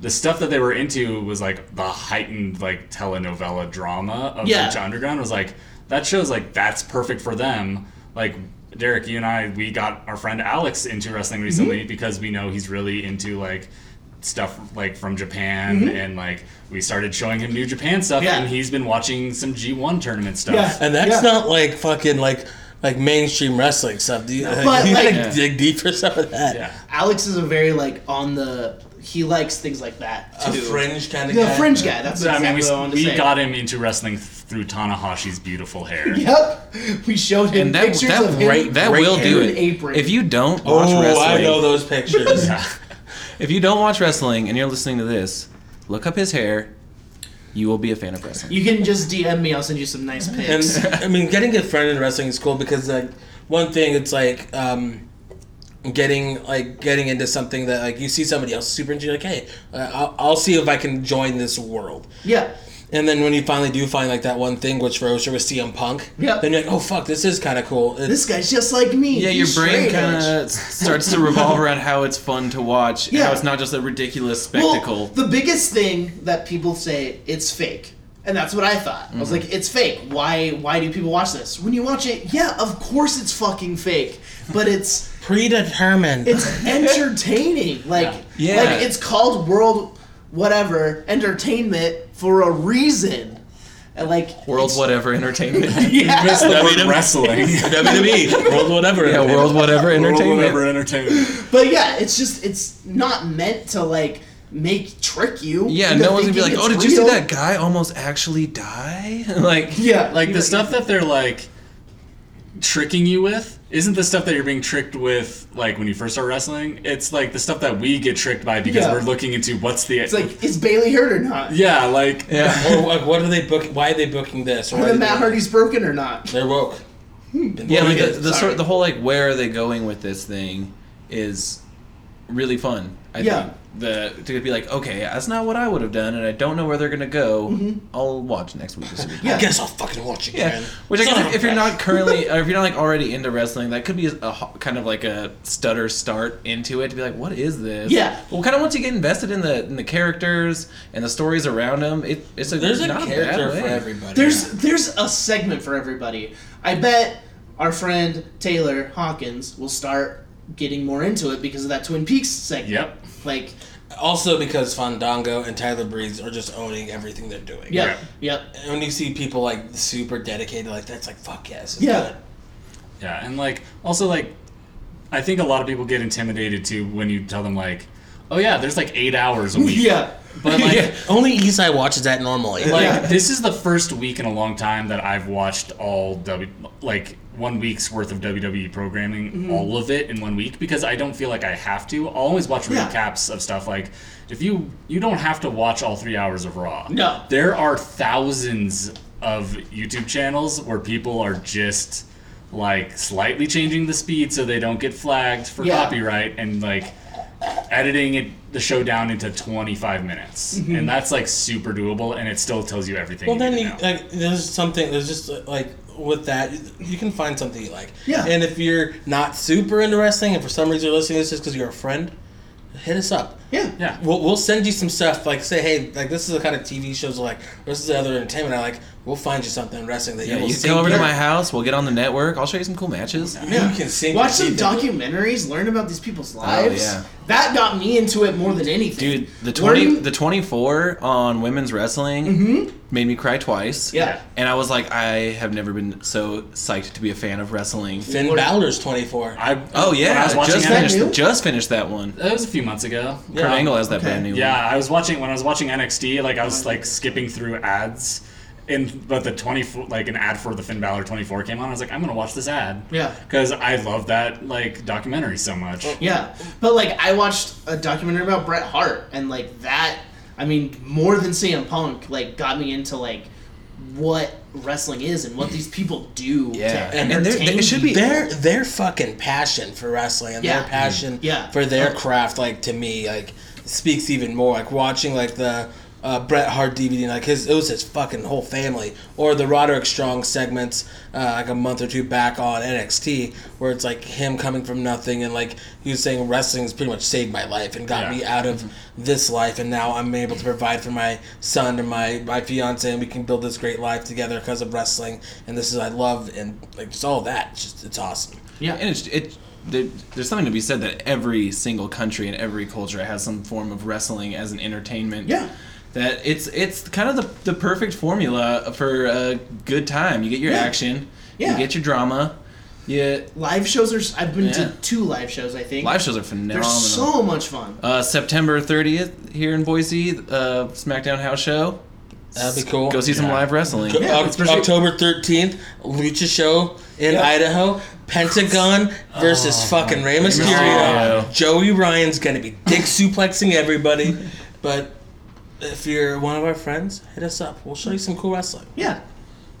the stuff that they were into was like the heightened like telenovela drama of Yeah. Lucha Underground. Was like that show's like that's perfect for them. Like Derek, you and I, we got our friend Alex into wrestling Mm-hmm. recently because we know he's really into like stuff like from Japan and like we started showing him new Japan stuff Mm-hmm. Yeah. and he's been watching some G1 tournament stuff. Yeah. And that's Yeah. not like fucking like like mainstream wrestling stuff. Do you, But, you like- gotta dig deep for some of that. Yeah. Alex is a very like on the. He likes things like that A too. fringe kind of the guy. fringe guy. That's So, I exactly mean, what I wanted we, to we say. got him into wrestling th- through Tanahashi's beautiful hair. Yep. We showed him And that pictures that of him. right that great will do hair it. and apron. If you don't watch Oh, wrestling, I know those pictures. Yeah. if you don't watch wrestling and you're listening to this, look up his hair. You will be a fan of wrestling. You can just DM me. I'll send you some nice And pics. I mean, getting a friend in wrestling is cool because like one thing, it's like um, getting like getting into something that like you see somebody else super into, you're like, hey, uh, I'll, I'll see if I can join this world. yeah. And then when you finally do find like that one thing, which for Osher was CM Punk, Yep. then you're like, oh fuck, this is kind of cool. It's, This guy's just like me. Yeah, your He's brain straight kind edge. of starts to revolve around how it's fun to watch. Yeah. Yeah. How it's not just a ridiculous Well, spectacle. the biggest thing that people say it's fake, and that's what I thought. I was Mm-hmm. like, it's fake. Why? Why do people watch this? When you watch it, yeah, of course it's fucking fake, but it's predetermined. it's entertaining. Like, Yeah. like it's called world whatever entertainment for a reason, and like world it's- whatever entertainment. Yeah. The E. word wrestling. WWE, world whatever. yeah, world whatever World entertainment. Over Entertainment. But yeah, it's just it's not meant to like make trick you. Yeah, into no one's gonna be like, thinking "Oh, did it's you see real." that guy almost actually die?" like, Yeah, Like the you- stuff that they're like tricking you with isn't the stuff that you're being tricked with like when you first start wrestling. It's like the stuff that we get tricked by because Yeah. we're looking into what's the It's like, is Bailey hurt or not? Yeah, like yeah, or Oh, like, what are they book? Why are they booking this? Or why Whether are they Matt Hmm. doing- Hardy's broken or not. They're woke. yeah. Like the, Sorry. the sort, the whole like, where are they going with this thing, is really fun. I Yeah. think. The to be like, okay, that's not what I would have done, and I don't know where they're gonna go. I'll watch next week. to see what- Mm-hmm. Yeah. I guess I'll fucking watch it Yeah, again. which I Son guess of if, a if you're bitch. not currently, or if you're not like already into wrestling, that could be a, ho- kind of like a stutter start into it to be like, what is this? Yeah. Well, kind of once you get invested in the in the characters and the stories around them, it, it's a there's a not a bad character way. for everybody. There's there's a segment for everybody. I bet our friend Taylor Hawkins will start getting more into it because of that Twin Peaks segment. Yep. Like also because Fandango and Tyler Breeze are just owning everything they're doing. yep, yep. And when you see people like super dedicated like that's like fuck yes. Yeah. Yeah, and like also like I think a lot of people get intimidated too when you tell them like, oh yeah, there's like eight hours a week. Yeah. But like Only Isai watches that normally. like Yeah. this is the first week in a long time that I've watched all W like one week's worth of WWE programming, Mm-hmm. all of it in one week because I don't feel like I have to. I'll always watch Yeah. recaps of stuff like if you you don't have to watch all three hours of Raw. No. there are thousands of YouTube channels where people are just like slightly changing the speed so they don't get flagged for Yeah. copyright and like editing it the show down into 25 minutes and that's like super doable and it still tells you everything Mm-hmm. Well, you then need you, to know. like there's something there's just uh, like with that you- you can find something you like. Yeah. And if you're not super into wrestling and for some reason you're listening to this just because you're a friend, hit us up. Yeah. yeah We'll, we'll send you some stuff like say hey like this is the kind of TV shows like this is the other entertainment I like we'll find you something in wrestling that Yeah, you will you sink come over to your- my house. We'll get on the network. I'll show you some cool matches. you can sink Watch your some teeth in. documentaries, learn about these people's lives. Oh, yeah. That got me into it more than anything. Dude, the twenty Learning- the twenty four on women's wrestling made me cry twice. yeah. And I was like, I have never been so psyched to be a fan of wrestling. Finn What- Balor's 24. I, Oh when yeah, i was watching just it, that finished new? just finished that one. that was a few months ago Kurt Angle has that okay. brand new one. yeah i was watching when i was watching nxt like i was like skipping through ads and but the 24 like an ad for the finn Balor 24 came on i was like i'm gonna watch this ad Yeah. because i love that like documentary so much Yeah, but like I watched a documentary about Bret Hart, and like that, I mean, more than CM Punk, like got me into like what wrestling is and what these people do. Yeah. to And there- entertain there- it should be- people. their their fucking passion for wrestling and Yeah. their passion Yeah. for their craft like to me like speaks even more like watching like the uh, Bret Hart DVD, like his it was his fucking whole family, or the Roderick Strong segments uh, like a month or two back on NXT, where it's like him coming from nothing and like he was saying wrestling's pretty much saved my life and got Yeah. me out of this life, and now I'm able to provide for my son and my my fiance, and we can build this great life together because of wrestling, and this is I love and like just all that, it's just it's awesome. and it's it. There, there's something to be said that every single country and every culture has some form of wrestling as an entertainment. Yeah. That it's it's kind of the, the perfect formula for a good time. You get your Yeah. action, Yeah. you get your drama, you Live shows are. s- I've been Yeah. to two live shows. I think live shows are They're phenomenal. so much fun. Uh, September 30th here in Boise, uh, SmackDown House Show. That'd be cool. Go see some Yeah. live wrestling. Yeah, Oc- especially- October 13th, Lucha Show in Idaho. Pentagon versus fucking Rey Mysterio. Mysterio. Joey Ryan's gonna be dick suplexing everybody. But if you're one of our friends, hit us up. We'll show you some cool wrestling. Yeah.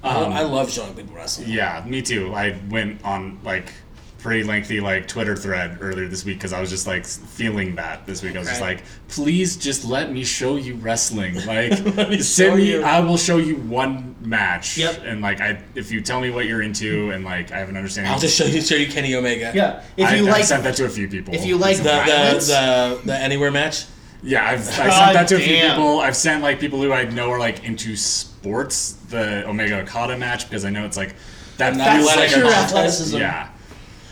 I lo- I love showing people wrestling. Yeah, me too. I went on like pretty lengthy like Twitter thread earlier this week because I was just like s- feeling that this week. I was just Right. like, please just let me show you wrestling. Like, me show send me. you. I will show you one match. Yep. And like, I if you tell me what you're into and like I have an understanding. I'll just show you, show you Kenny Omega. Yeah. If I, you I've like, sent that to a few people. if you like The, the, violence, the, the anywhere match. yeah, I've I sent God that to a few damn. people. I've sent like people who I know are like into sports. The Omega Okada match because I know it's like that. That's feels like like a- your athleticism. Yeah.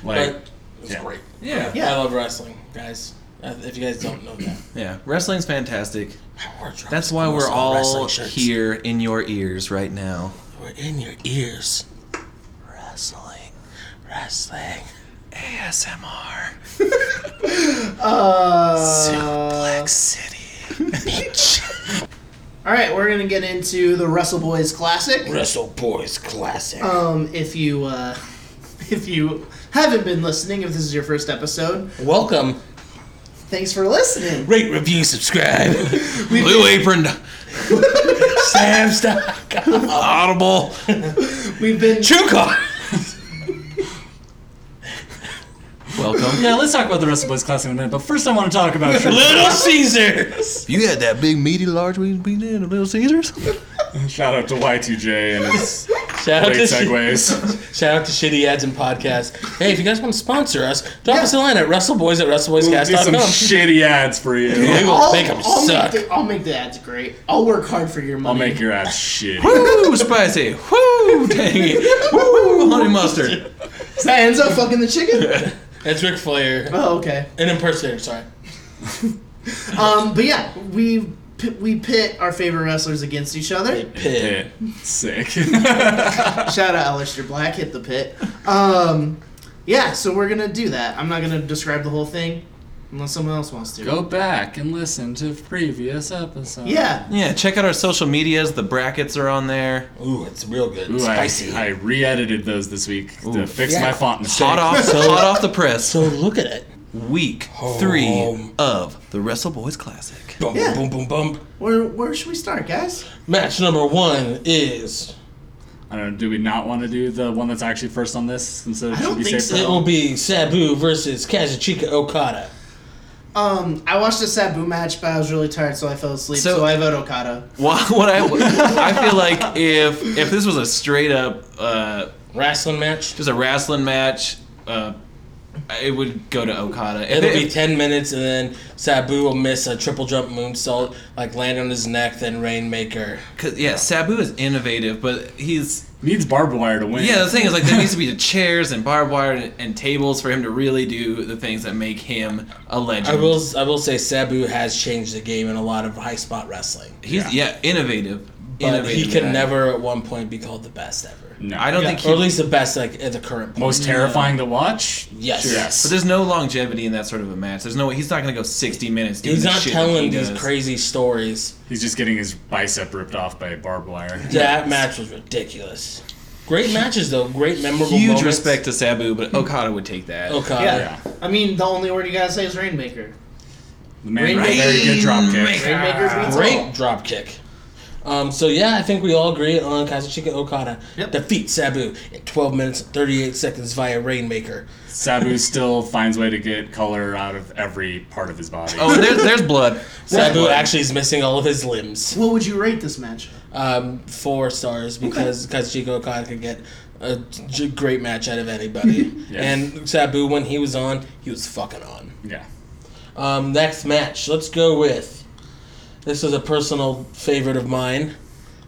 Like. But it's Yeah. great. Yeah. Yeah. I love wrestling, guys. Uh, If you guys don't know that, Yeah. Wrestling's fantastic. My wardrobe That's is why almost we're all wrestling shirts. here in your ears right now. We're in your ears. Wrestling. Wrestling. ASMR. Uh, Black City. all right, we're gonna get into the Russell Boys Classic. Wrestle Boys Classic. Um, if you uh, if you haven't been listening, if this is your first episode, Welcome. thanks for listening. Rate, review, subscribe. Blue apron. Sam Stock. Audible. We've been True Car. Welcome. Yeah, let's talk about the Wrestle Boys Classic in a minute, but first I want to talk about Little Caesars. You had that big meaty large wings pizza and a little Caesars. Shout out to Y2J and his Shout out, great to shi- segues. shout out to Shitty Ads and Podcast. Hey, if you guys want to sponsor us, drop us a line at WrestleBoys at We'll do some WrestleBoysCast.com. shitty ads for you. We will I'll, make them I'll suck. Make the, I'll make the ads great. I'll work hard for your I'll money. make your ads shitty. Woo, spicy. Woo, tangy. Woo, honey mustard. Is that Enzo fucking the chicken? It's Ric Flair. oh, okay. An impersonator, sorry. Um, but yeah, we p- we pit our favorite wrestlers against each other. Pig. Yeah, Sick. Shout out Aleister Black, hit the pit. Um, yeah, so we're gonna do that. I'm not gonna describe the whole thing unless someone else wants to. back and listen to previous episodes. Yeah, Yeah, check out our social medias. The brackets are on there. Ooh, it's real good. Ooh, I, Spicy. I re-edited those this week to fix my font mistake. Hot off, hot off the press. so look at it. week three Home. of the Wrestle Boys Classic. Boom, Yeah. boom, boom, boom. where where should we start, guys? Match number one is I don't know, do we not want to do the one that's actually first on this instead of I don't should be think safe so. for it will be Sabu versus Kazuchika Okada. Um, I watched the Sabu match, but I was really tired, so I fell asleep. So, So- I vote Okada. Well, what I I feel like if if this was a straight up uh, Wrestling match. just a wrestling match, uh, it would go to Okada. If It'll be if- 10 minutes, and then Sabu will miss a triple jump moonsault, like land on his neck, then Rainmaker. 'cause, yeah, Sabu is innovative, but he's Needs barbed wire to win. yeah. The thing is, like, there needs to be the chairs and barbed wire and, and tables for him to really do the things that make him a I legend. will, I will say Sabu has changed the game in a lot of high spot wrestling. He's yeah, innovative. But he Innovative can guy. never at one point be called the best ever. No. I don't Yeah. think he. Or at least the best like at the current point. Most terrifying to watch? Yes. Sure. Yes. But there's no longevity in that sort of a match. There's no he's not gonna go 60 minutes. Doing He's the not shit telling that he these does. crazy stories. He's just getting his bicep ripped off by barbed wire. That match was ridiculous. Great matches though. Great memorable Huge moments. Hmm. respect to Sabu, but Okada would take that. Okada. Yeah. Yeah. I mean, the only word you gotta say is Rainmaker. The man with a Rainmaker. very good dropkick. Rainmaker beats all. Great drop kick. Um, so yeah, I think we all agree on Kazuchika Okada Yep. defeats Sabu in 12 minutes and 38 seconds via Rainmaker. Sabu still finds way to get color out of every part of his body. Oh, and there's there's blood. Sabu actually is missing all of his limbs. What would you rate this match? Um, four stars because Kazuchika Okada could get a j- great match out of anybody. Yeah. And Sabu, when he was on, he was fucking on. Yeah. Um, next match, let's go with. This is a personal favorite of mine.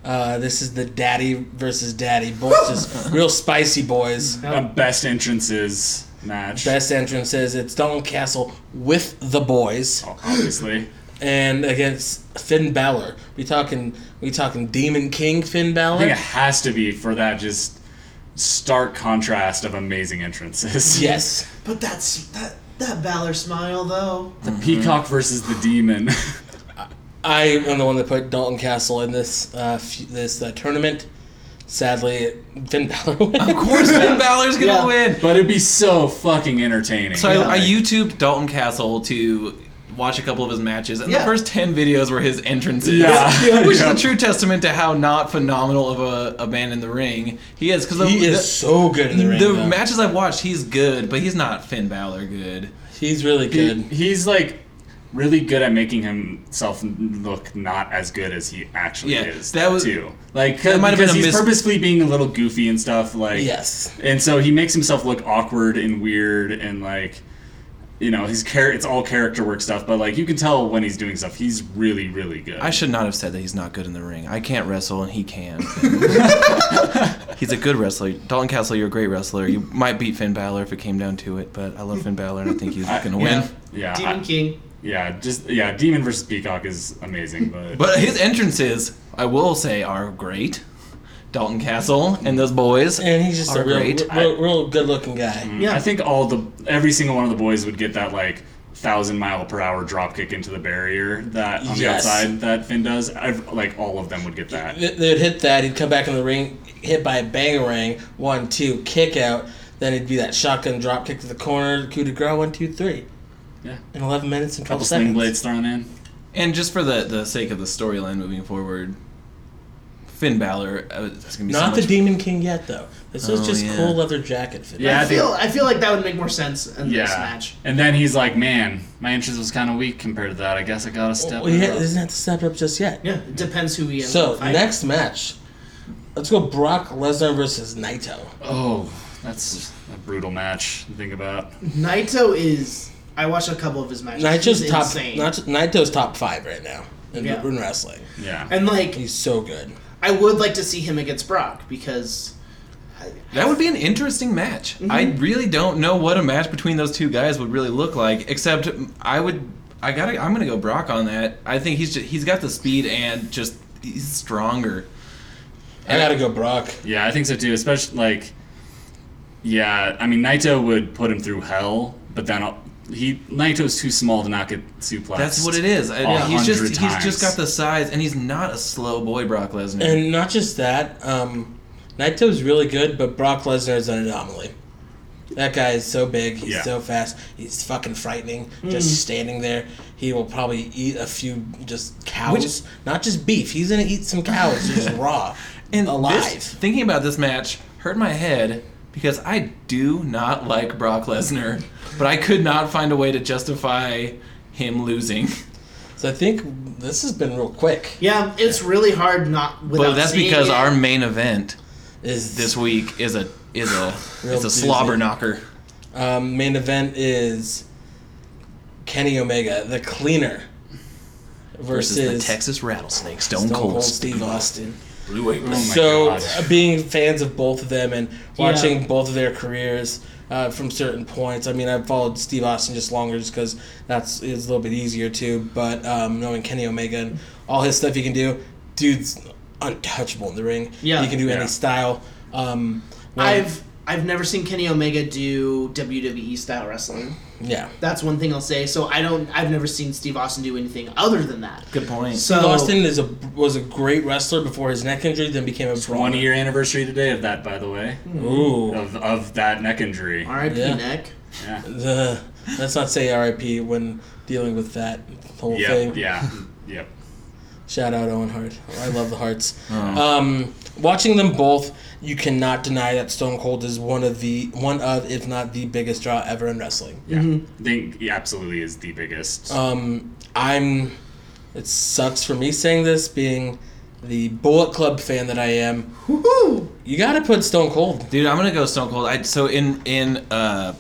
Uh, this is the Daddy versus Daddy. Boys, just real spicy boys. Oh. Uh, best entrances match. Best entrance is it's Don Castle with the boys Obviously. and against Finn Balor. We talking we talking Demon King Finn I think Balor. it has to be for that just stark contrast of amazing entrances. Yes. But that's that that Valor smile though. Peacock versus the demon. I am the one that put Dalton Castle in this uh, f- this uh, tournament. Sadly, Finn Balor wins. Of course, Finn Balor's gonna Yeah. win. but it'd be so fucking entertaining. So I, I Like, YouTubed Dalton Castle to watch a couple of his matches, and the Yeah. first ten videos were his entrances, Yeah. which Yeah. is a true testament to how not phenomenal of a, a man in the ring he is. Because He is so good in the ring. the though. matches I've watched, he's good, but he's not Finn Balor good. He's really he- good. he's like really good at making himself look not as good as he actually Yeah, is. that was- too. Like that might have because been a he's mis- purposefully being a little goofy and stuff. Like Yes. and so he makes himself look awkward and weird and like you know his char- it's all character work stuff but like you can tell when he's doing stuff he's really really good I should not have said that he's not good in the ring. I can't wrestle, and he can. he's a good wrestler. Dalton Castle, you're a great wrestler. You might beat Finn Balor if it came down to it, but I love Finn Balor, and I think he's gonna win. Yeah. yeah Demon I- King. yeah just yeah demon versus peacock is amazing but, But his entrances, I will say, are great. Dalton Castle and those boys. And he's just a Are real, great. real, real good looking guy. i think all the every single one of the boys would get that like thousand mile per hour drop kick into the barrier that on the Yes. outside that finn does I've, like all of them would get that Th- They'd hit that. He'd come back in the ring, hit by a bangarang, one, two, kick out. Then it'd be that shotgun drop kick to the corner, coup de grace, one, two, three. Yeah. In 11 minutes and 12 couple sling seconds. blades thrown in And just for the, the sake of the storyline moving forward, Finn Balor, uh, it's gonna be so Not the much- Demon King yet, though. This is Oh, just yeah. cool leather jacket fit. Yeah, I I think- feel I feel like that would make more sense in yeah this match. and then he's like man my entrance was kind of weak compared to that i guess i gotta step Well, he it up. doesn't have to step it up just yet. Yeah, it depends who he ends So, up fighting. next match. Let's go Brock Lesnar versus Naito. Oh, that's a brutal match to think about. Naito is. I watched a couple of his matches. Naito's He's top, insane. Naito- Naito's top five right now in, Yeah. in wrestling. Yeah. and like, He's so good. I would like to see him against Brock because That would be an interesting match. Mm-hmm. I really don't know what a match between those two guys would really look like, except I would. I gotta. I'm gonna go Brock on that. I think he's just, he's got the speed and just he's stronger. I gotta go Brock. Yeah, I think so too. Especially like, yeah, I mean Naito would put him through hell, but then I'll, he Naito's too small to not get suplexed. That's what it is. I- A he's just hundred he's just times. got the size and he's not a slow boy, Brock Lesnar. And not just that, um, Naito's really good, but Brock Lesnar is an anomaly. That guy is so big. He's Yeah. so fast. He's fucking frightening. Just standing there, he will probably eat a few just cows, Which- not just beef. He's gonna eat some cows just raw And and alive. This, thinking about this match hurt my head because I do not like Brock Lesnar, but I could not find a way to justify him losing. So I think this has been real quick. yeah, it's really hard not. Without But that's seeing because it. our main event Is this week is a is a Real is a doozy. slobber knocker. um, main event is Kenny Omega, the cleaner, Versus versus, the Texas Rattlesnake, Stone, Stone Cold, Cold Steve Steve Austin. Blue Apron. Oh my so God. uh, being fans of both of them and watching both of their careers uh, from certain points i mean i've followed steve austin just longer just because that's it's a little bit easier too but um, knowing kenny omega and all his stuff he can do dude's untouchable in the ring Yeah. he can do Yeah. any style um, one- I've I've never seen Kenny Omega do WWE style wrestling. yeah That's one thing I'll say. So I don't. I've never seen Steve Austin do anything other than that. Good point. So Steve Austin is a was a great wrestler before his neck injury, then became a brawler. One year anniversary today of that, by the way, Hmm. Ooh, of of that neck injury. R.I.P. Yeah. Neck. Yeah. the, let's not say R.I.P. when dealing with that whole Yep. thing. Yeah. Yep. Shout out Owen Hart. I love the Hearts. Um, watching them both, you cannot deny that Stone Cold is one of the one of, if not the biggest draw ever in wrestling. Yeah, I think he absolutely is the biggest. Um, I'm. It sucks for me saying this, being the Bullet Club fan that I am. Woohoo! You got to put Stone Cold. Dude, I'm gonna go Stone Cold. I, so in in uh,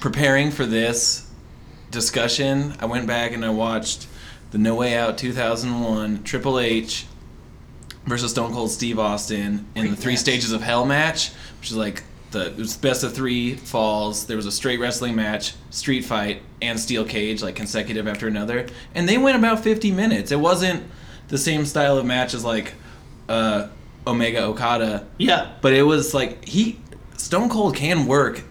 preparing for this discussion, I went back and I watched the No Way Out 2001 Triple H versus Stone Cold Steve Austin in the Three Stages of Hell match, which is like the it was best of three falls. There was a straight wrestling match, street fight, and steel cage like consecutive after another, and they went about 50 minutes. It wasn't the same style of match as like uh, Omega Okada. Yeah. But it was like he Stone Cold can work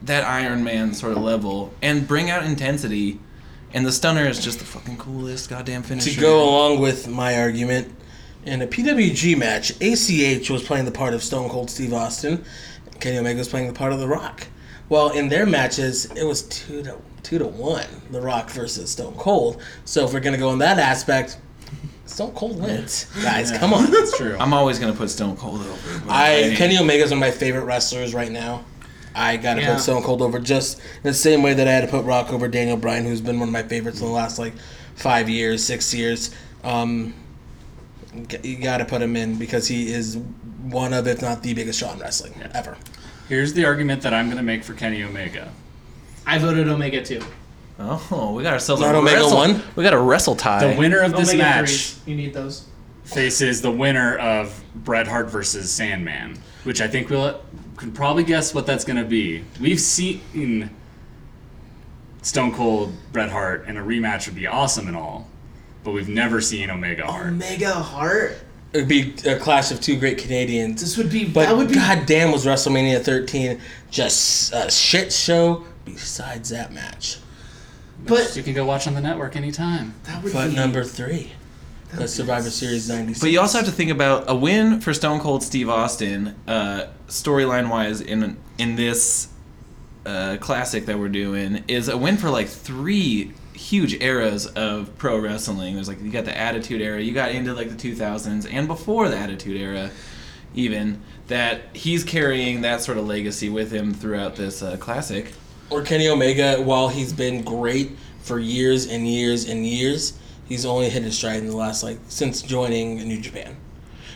that Iron Man sort of level and bring out intensity. And the stunner is just the fucking coolest goddamn finisher. To go along with my argument, in a PWG match, ACH was playing the part of Stone Cold Steve Austin, Kenny Omega was playing the part of The Rock. Well, in their matches, it was two to two to one, The Rock versus Stone Cold. So if we're gonna go in that aspect, Stone Cold wins. Guys, come on. That's true. I'm always gonna put Stone Cold over. but I mean, Kenny Omega's one of my favorite wrestlers right now. I gotta Yeah. put Stone Cold over just in the same way that I had to put Rock over Daniel Bryan, who's been one of my favorites in the last like five years, six years. Um, g- you gotta put him in because he is one of, if not the biggest shot in wrestling ever. Here's the argument that I'm going to make for Kenny Omega. I voted Omega too. Oh, we got ourselves Not a Omega wrestle, one? We got a wrestle tie. The winner of this Omega match threes. You need those. faces the winner of Bret Hart versus Sandman, which I think we'll can probably guess what that's going to be. We've seen Stone Cold Bret Hart, and a rematch would be awesome and all, but we've never seen Omega Hart. Omega Heart. It would be a clash of two great Canadians. This would be. But that would be. goddamn, was WrestleMania 13 just a shit show? Besides that match, but you can go watch on the network anytime. that would but be number three, the Survivor Series '96. But you also have to think about a win for Stone Cold Steve Austin, uh, storyline wise, in in this uh, classic that we're doing, is a win for like three huge eras of pro wrestling. There's like you got the Attitude Era, you got into like the 2000s, and before the Attitude Era, even that he's carrying that sort of legacy with him throughout this uh, classic. or Kenny Omega, while he's been great for years and years and years, he's only hit his stride in the last like since joining New Japan.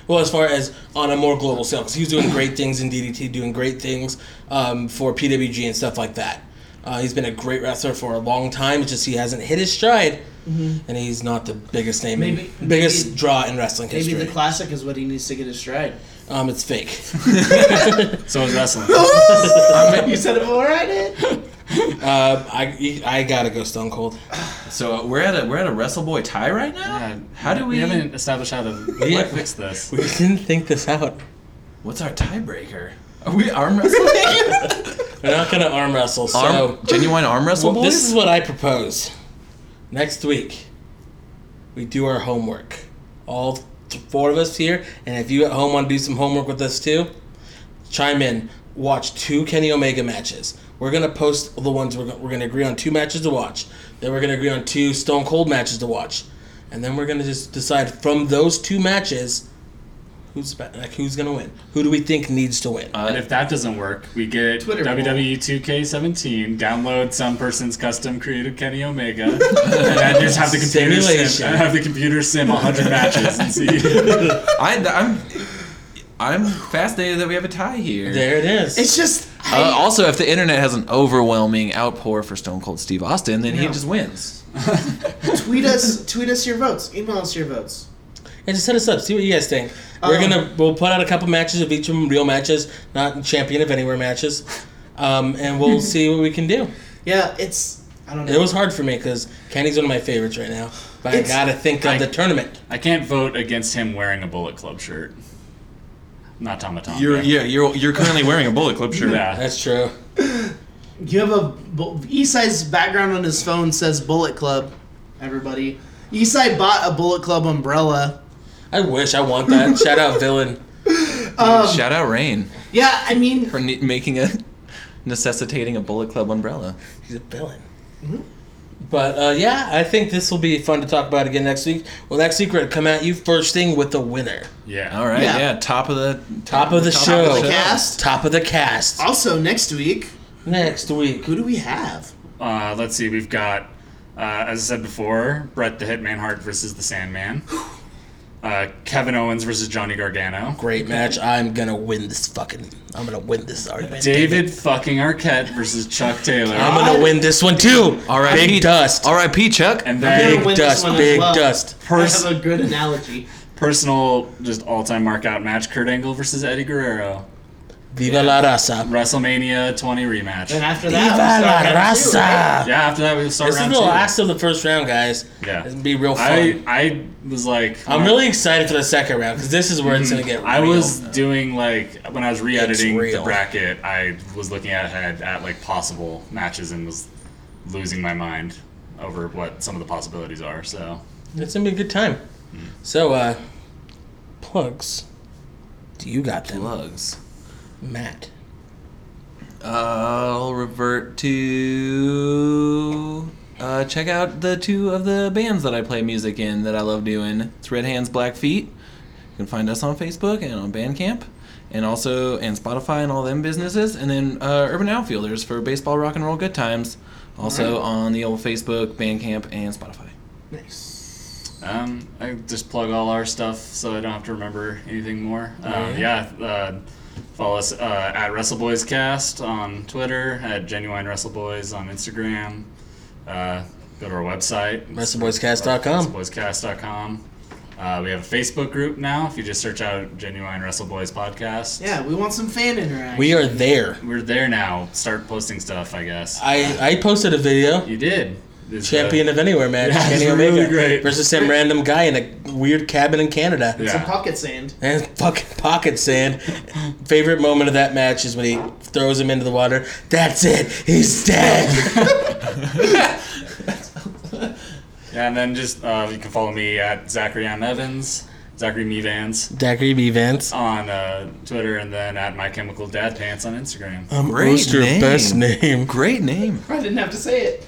Well, as far as on a more global scale, because he was doing great things in DDT, doing great things um, for PWG and stuff like that. Uh, he's been a great wrestler for a long time. It's just he hasn't hit his stride, and he's not the biggest name, in- Mm-hmm. Maybe- biggest maybe- draw in wrestling maybe history. the classic is what he needs to get his stride. um, it's fake. So is wrestling. Uh, you said it before I did. Uh, I I gotta go Stone Cold. So uh, we're at a we're at a Wrestle Boy tie right now. Yeah, How do we? We haven't established how to Yeah. fix this. We didn't think this out. What's our tiebreaker? Are we arm wrestling? We're not gonna arm wrestle. So. arm, genuine arm wrestle Well, this is boys? what I propose. Next week, we do our homework. All th- four of us here, and if you at home want to do some homework with us too, chime in. Watch two Kenny Omega matches. We're gonna post the ones we're, go- we're gonna agree on two matches to watch. Then we're gonna agree on two Stone Cold matches to watch, and then we're gonna just decide from those two matches who's be- like who's gonna win. Who do we think needs to win? And if that doesn't work, we get E Twitter WWE 2K17, download some person's custom created Kenny Omega, and then just have the computer Simulation. sim, and have the computer sim 100 matches and see. I, am I'm fascinated that we have a tie here. there it is. It's just. Uh, also, if the internet has an overwhelming outpour for Stone Cold Steve Austin, then he No. just wins. tweet us. Tweet us your votes. Email us your votes. Yeah, just hit us up. See what you guys think. We're Um, gonna we'll put out a couple matches of each of them, real matches, not champion of anywhere matches, um, and we'll see what we can do. Yeah, it's. I don't know. It was hard for me because Kenny's one of my favorites right now, but It's- I gotta think of I- the tournament. I can't vote against him wearing a Bullet Club shirt. Not Tomatonga. yeah you're you're currently wearing a Bullet Club shirt. Yeah. That's true. You have a bu- Eastside's background on his phone says Bullet Club. Everybody, Eastside bought a Bullet Club umbrella. I wish I want that. Shout out villain. Shout out Rain Yeah, I mean, for ne- making a necessitating a Bullet Club umbrella. He's a villain. But uh, yeah, I think this will be fun to talk about again next week. Well, next week we're gonna come at you first thing with the winner, Yeah. All right, Yeah. yeah. top of the top of the show, of the cast. top of the cast. Also, next week, Next week, who do we have? Uh, let's see. We've got, uh, as I said before, Brett the Hitman Hart versus the Sandman. Uh, Kevin Owens versus Johnny Gargano. great match. I'm gonna win this fucking. I'm gonna win this argument. David fucking Arquette versus Chuck Taylor. I'm gonna win this one too. All right, big dust. R.I.P. Chuck. and I'm then gonna win Big this dust, one as big well. dust. Pers- I have a good analogy. personal, just all-time markout match: Kurt Angle versus Eddie Guerrero. Viva la raza. WrestleMania 20 rematch. And after Viva la that, we raza. start round yeah, after that we start This is round the two. last of the first round, guys. Yeah. It'll be real I fun. I was like, I, am really excited for the second round because this is where it's gonna get. Real. Mm-hmm. I was doing like when I was re-editing the real. bracket, I was looking ahead at like possible matches and was losing my mind over what some of the possibilities are. So It's gonna be a good time. Mm. So, uh, plugs. Do you got them, Plugs. Matt? I'll revert to uh, check out the two of the bands that I play music in that I love doing. It's Red Hands Black Feet. You can find us on Facebook and on Bandcamp, and also and Spotify and all them businesses. And then uh, Urban Outfielders for baseball, rock and roll, good times. Also on the old Facebook, Bandcamp, and Spotify. two. Nice. um, I just plug all our stuff so I don't have to remember anything more. Um, yeah, uh, follow us uh, at WrestleBoysCast on Twitter, at Genuine WrestleBoys on Instagram. Uh, go to our website, WrestleBoysCast.com. WrestleBoysCast.com. Uh, we have a Facebook group now. If you just search out Genuine Wrestle Boys Podcast, Yeah, we want some fan interaction. We are there. we're there now. Start posting stuff, I guess. I I posted a video. you did. It's, uh, Champion of Anywhere match. Yeah, Kenny it's Omega really great. versus some random guy in a weird cabin in Canada. Yeah. some pocket sand. And fucking pocket sand. Favorite moment of that match is when he throws him into the water. That's it. He's dead. yeah, and then just uh, you can follow me at Zachary M. Evans, Zachary Mevans Zachary B. Vance. on uh, Twitter, and then at My Chemical Dad Pants on Instagram. Um, Great Oster, name. best name. Great name. I didn't have to say it.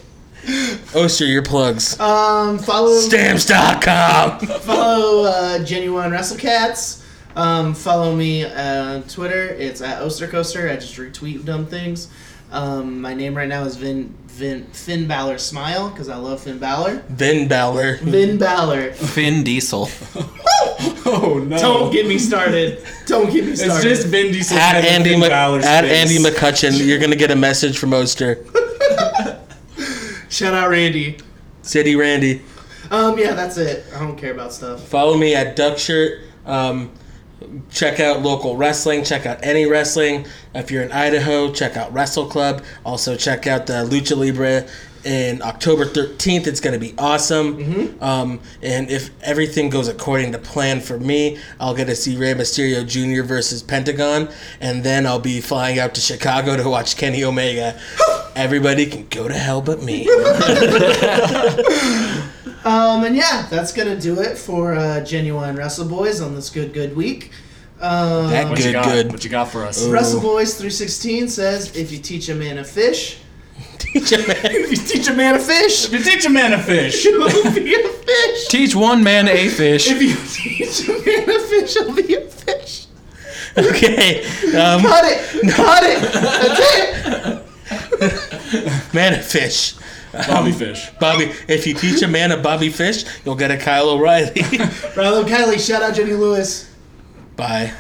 Oster, your plugs. Um, follow Stamps.com. follow uh, Genuine WrestleCats. Um, follow me on Twitter. It's at Ostercoaster. I just retweet dumb things. Um, my name right now is Vin, Vin Finn Balor Smile because I love Finn Balor. Ben Balor. Vin Balor. Finn Diesel. Oh no! Don't get me started. Don't get me it's started. just Vin Diesel At and Andy, Finn Mc- Balor's at face. Andy McCutcheon. You're going to get a message from Oster. Shout out Randy. City Randy. Um, yeah, that's it. I don't care about stuff. Follow me at Duckshirt. Um, check out local wrestling. Check out any wrestling. If you're in Idaho, check out Wrestle Club. Also, check out the Lucha Libre in October 13th. It's going to be awesome. Um, and if everything goes according to plan for me, I'll get to see Rey Mysterio Jr. versus Pentagon. And then I'll be flying out to Chicago to watch Kenny Omega. Everybody can go to hell but me. Um, and yeah, that's gonna do it for uh, Genuine Wrestle Boys on this good good week. Um, That What you good, got? good. What you got for us? Wrestle Boys 316 says, "If you teach a man a fish, if you teach a man a fish, You teach a man a fish. he will be a fish. Teach one man a fish. If you teach a man a fish, he'll be a fish." okay. Um, Cut it! Cut it! That's it! man of fish. Bobby fish. Bobby, if you teach a man a Bobby Fish, you'll get a Kyle O'Reilly. Rallo Kelly, shout out Jenny Lewis. Bye.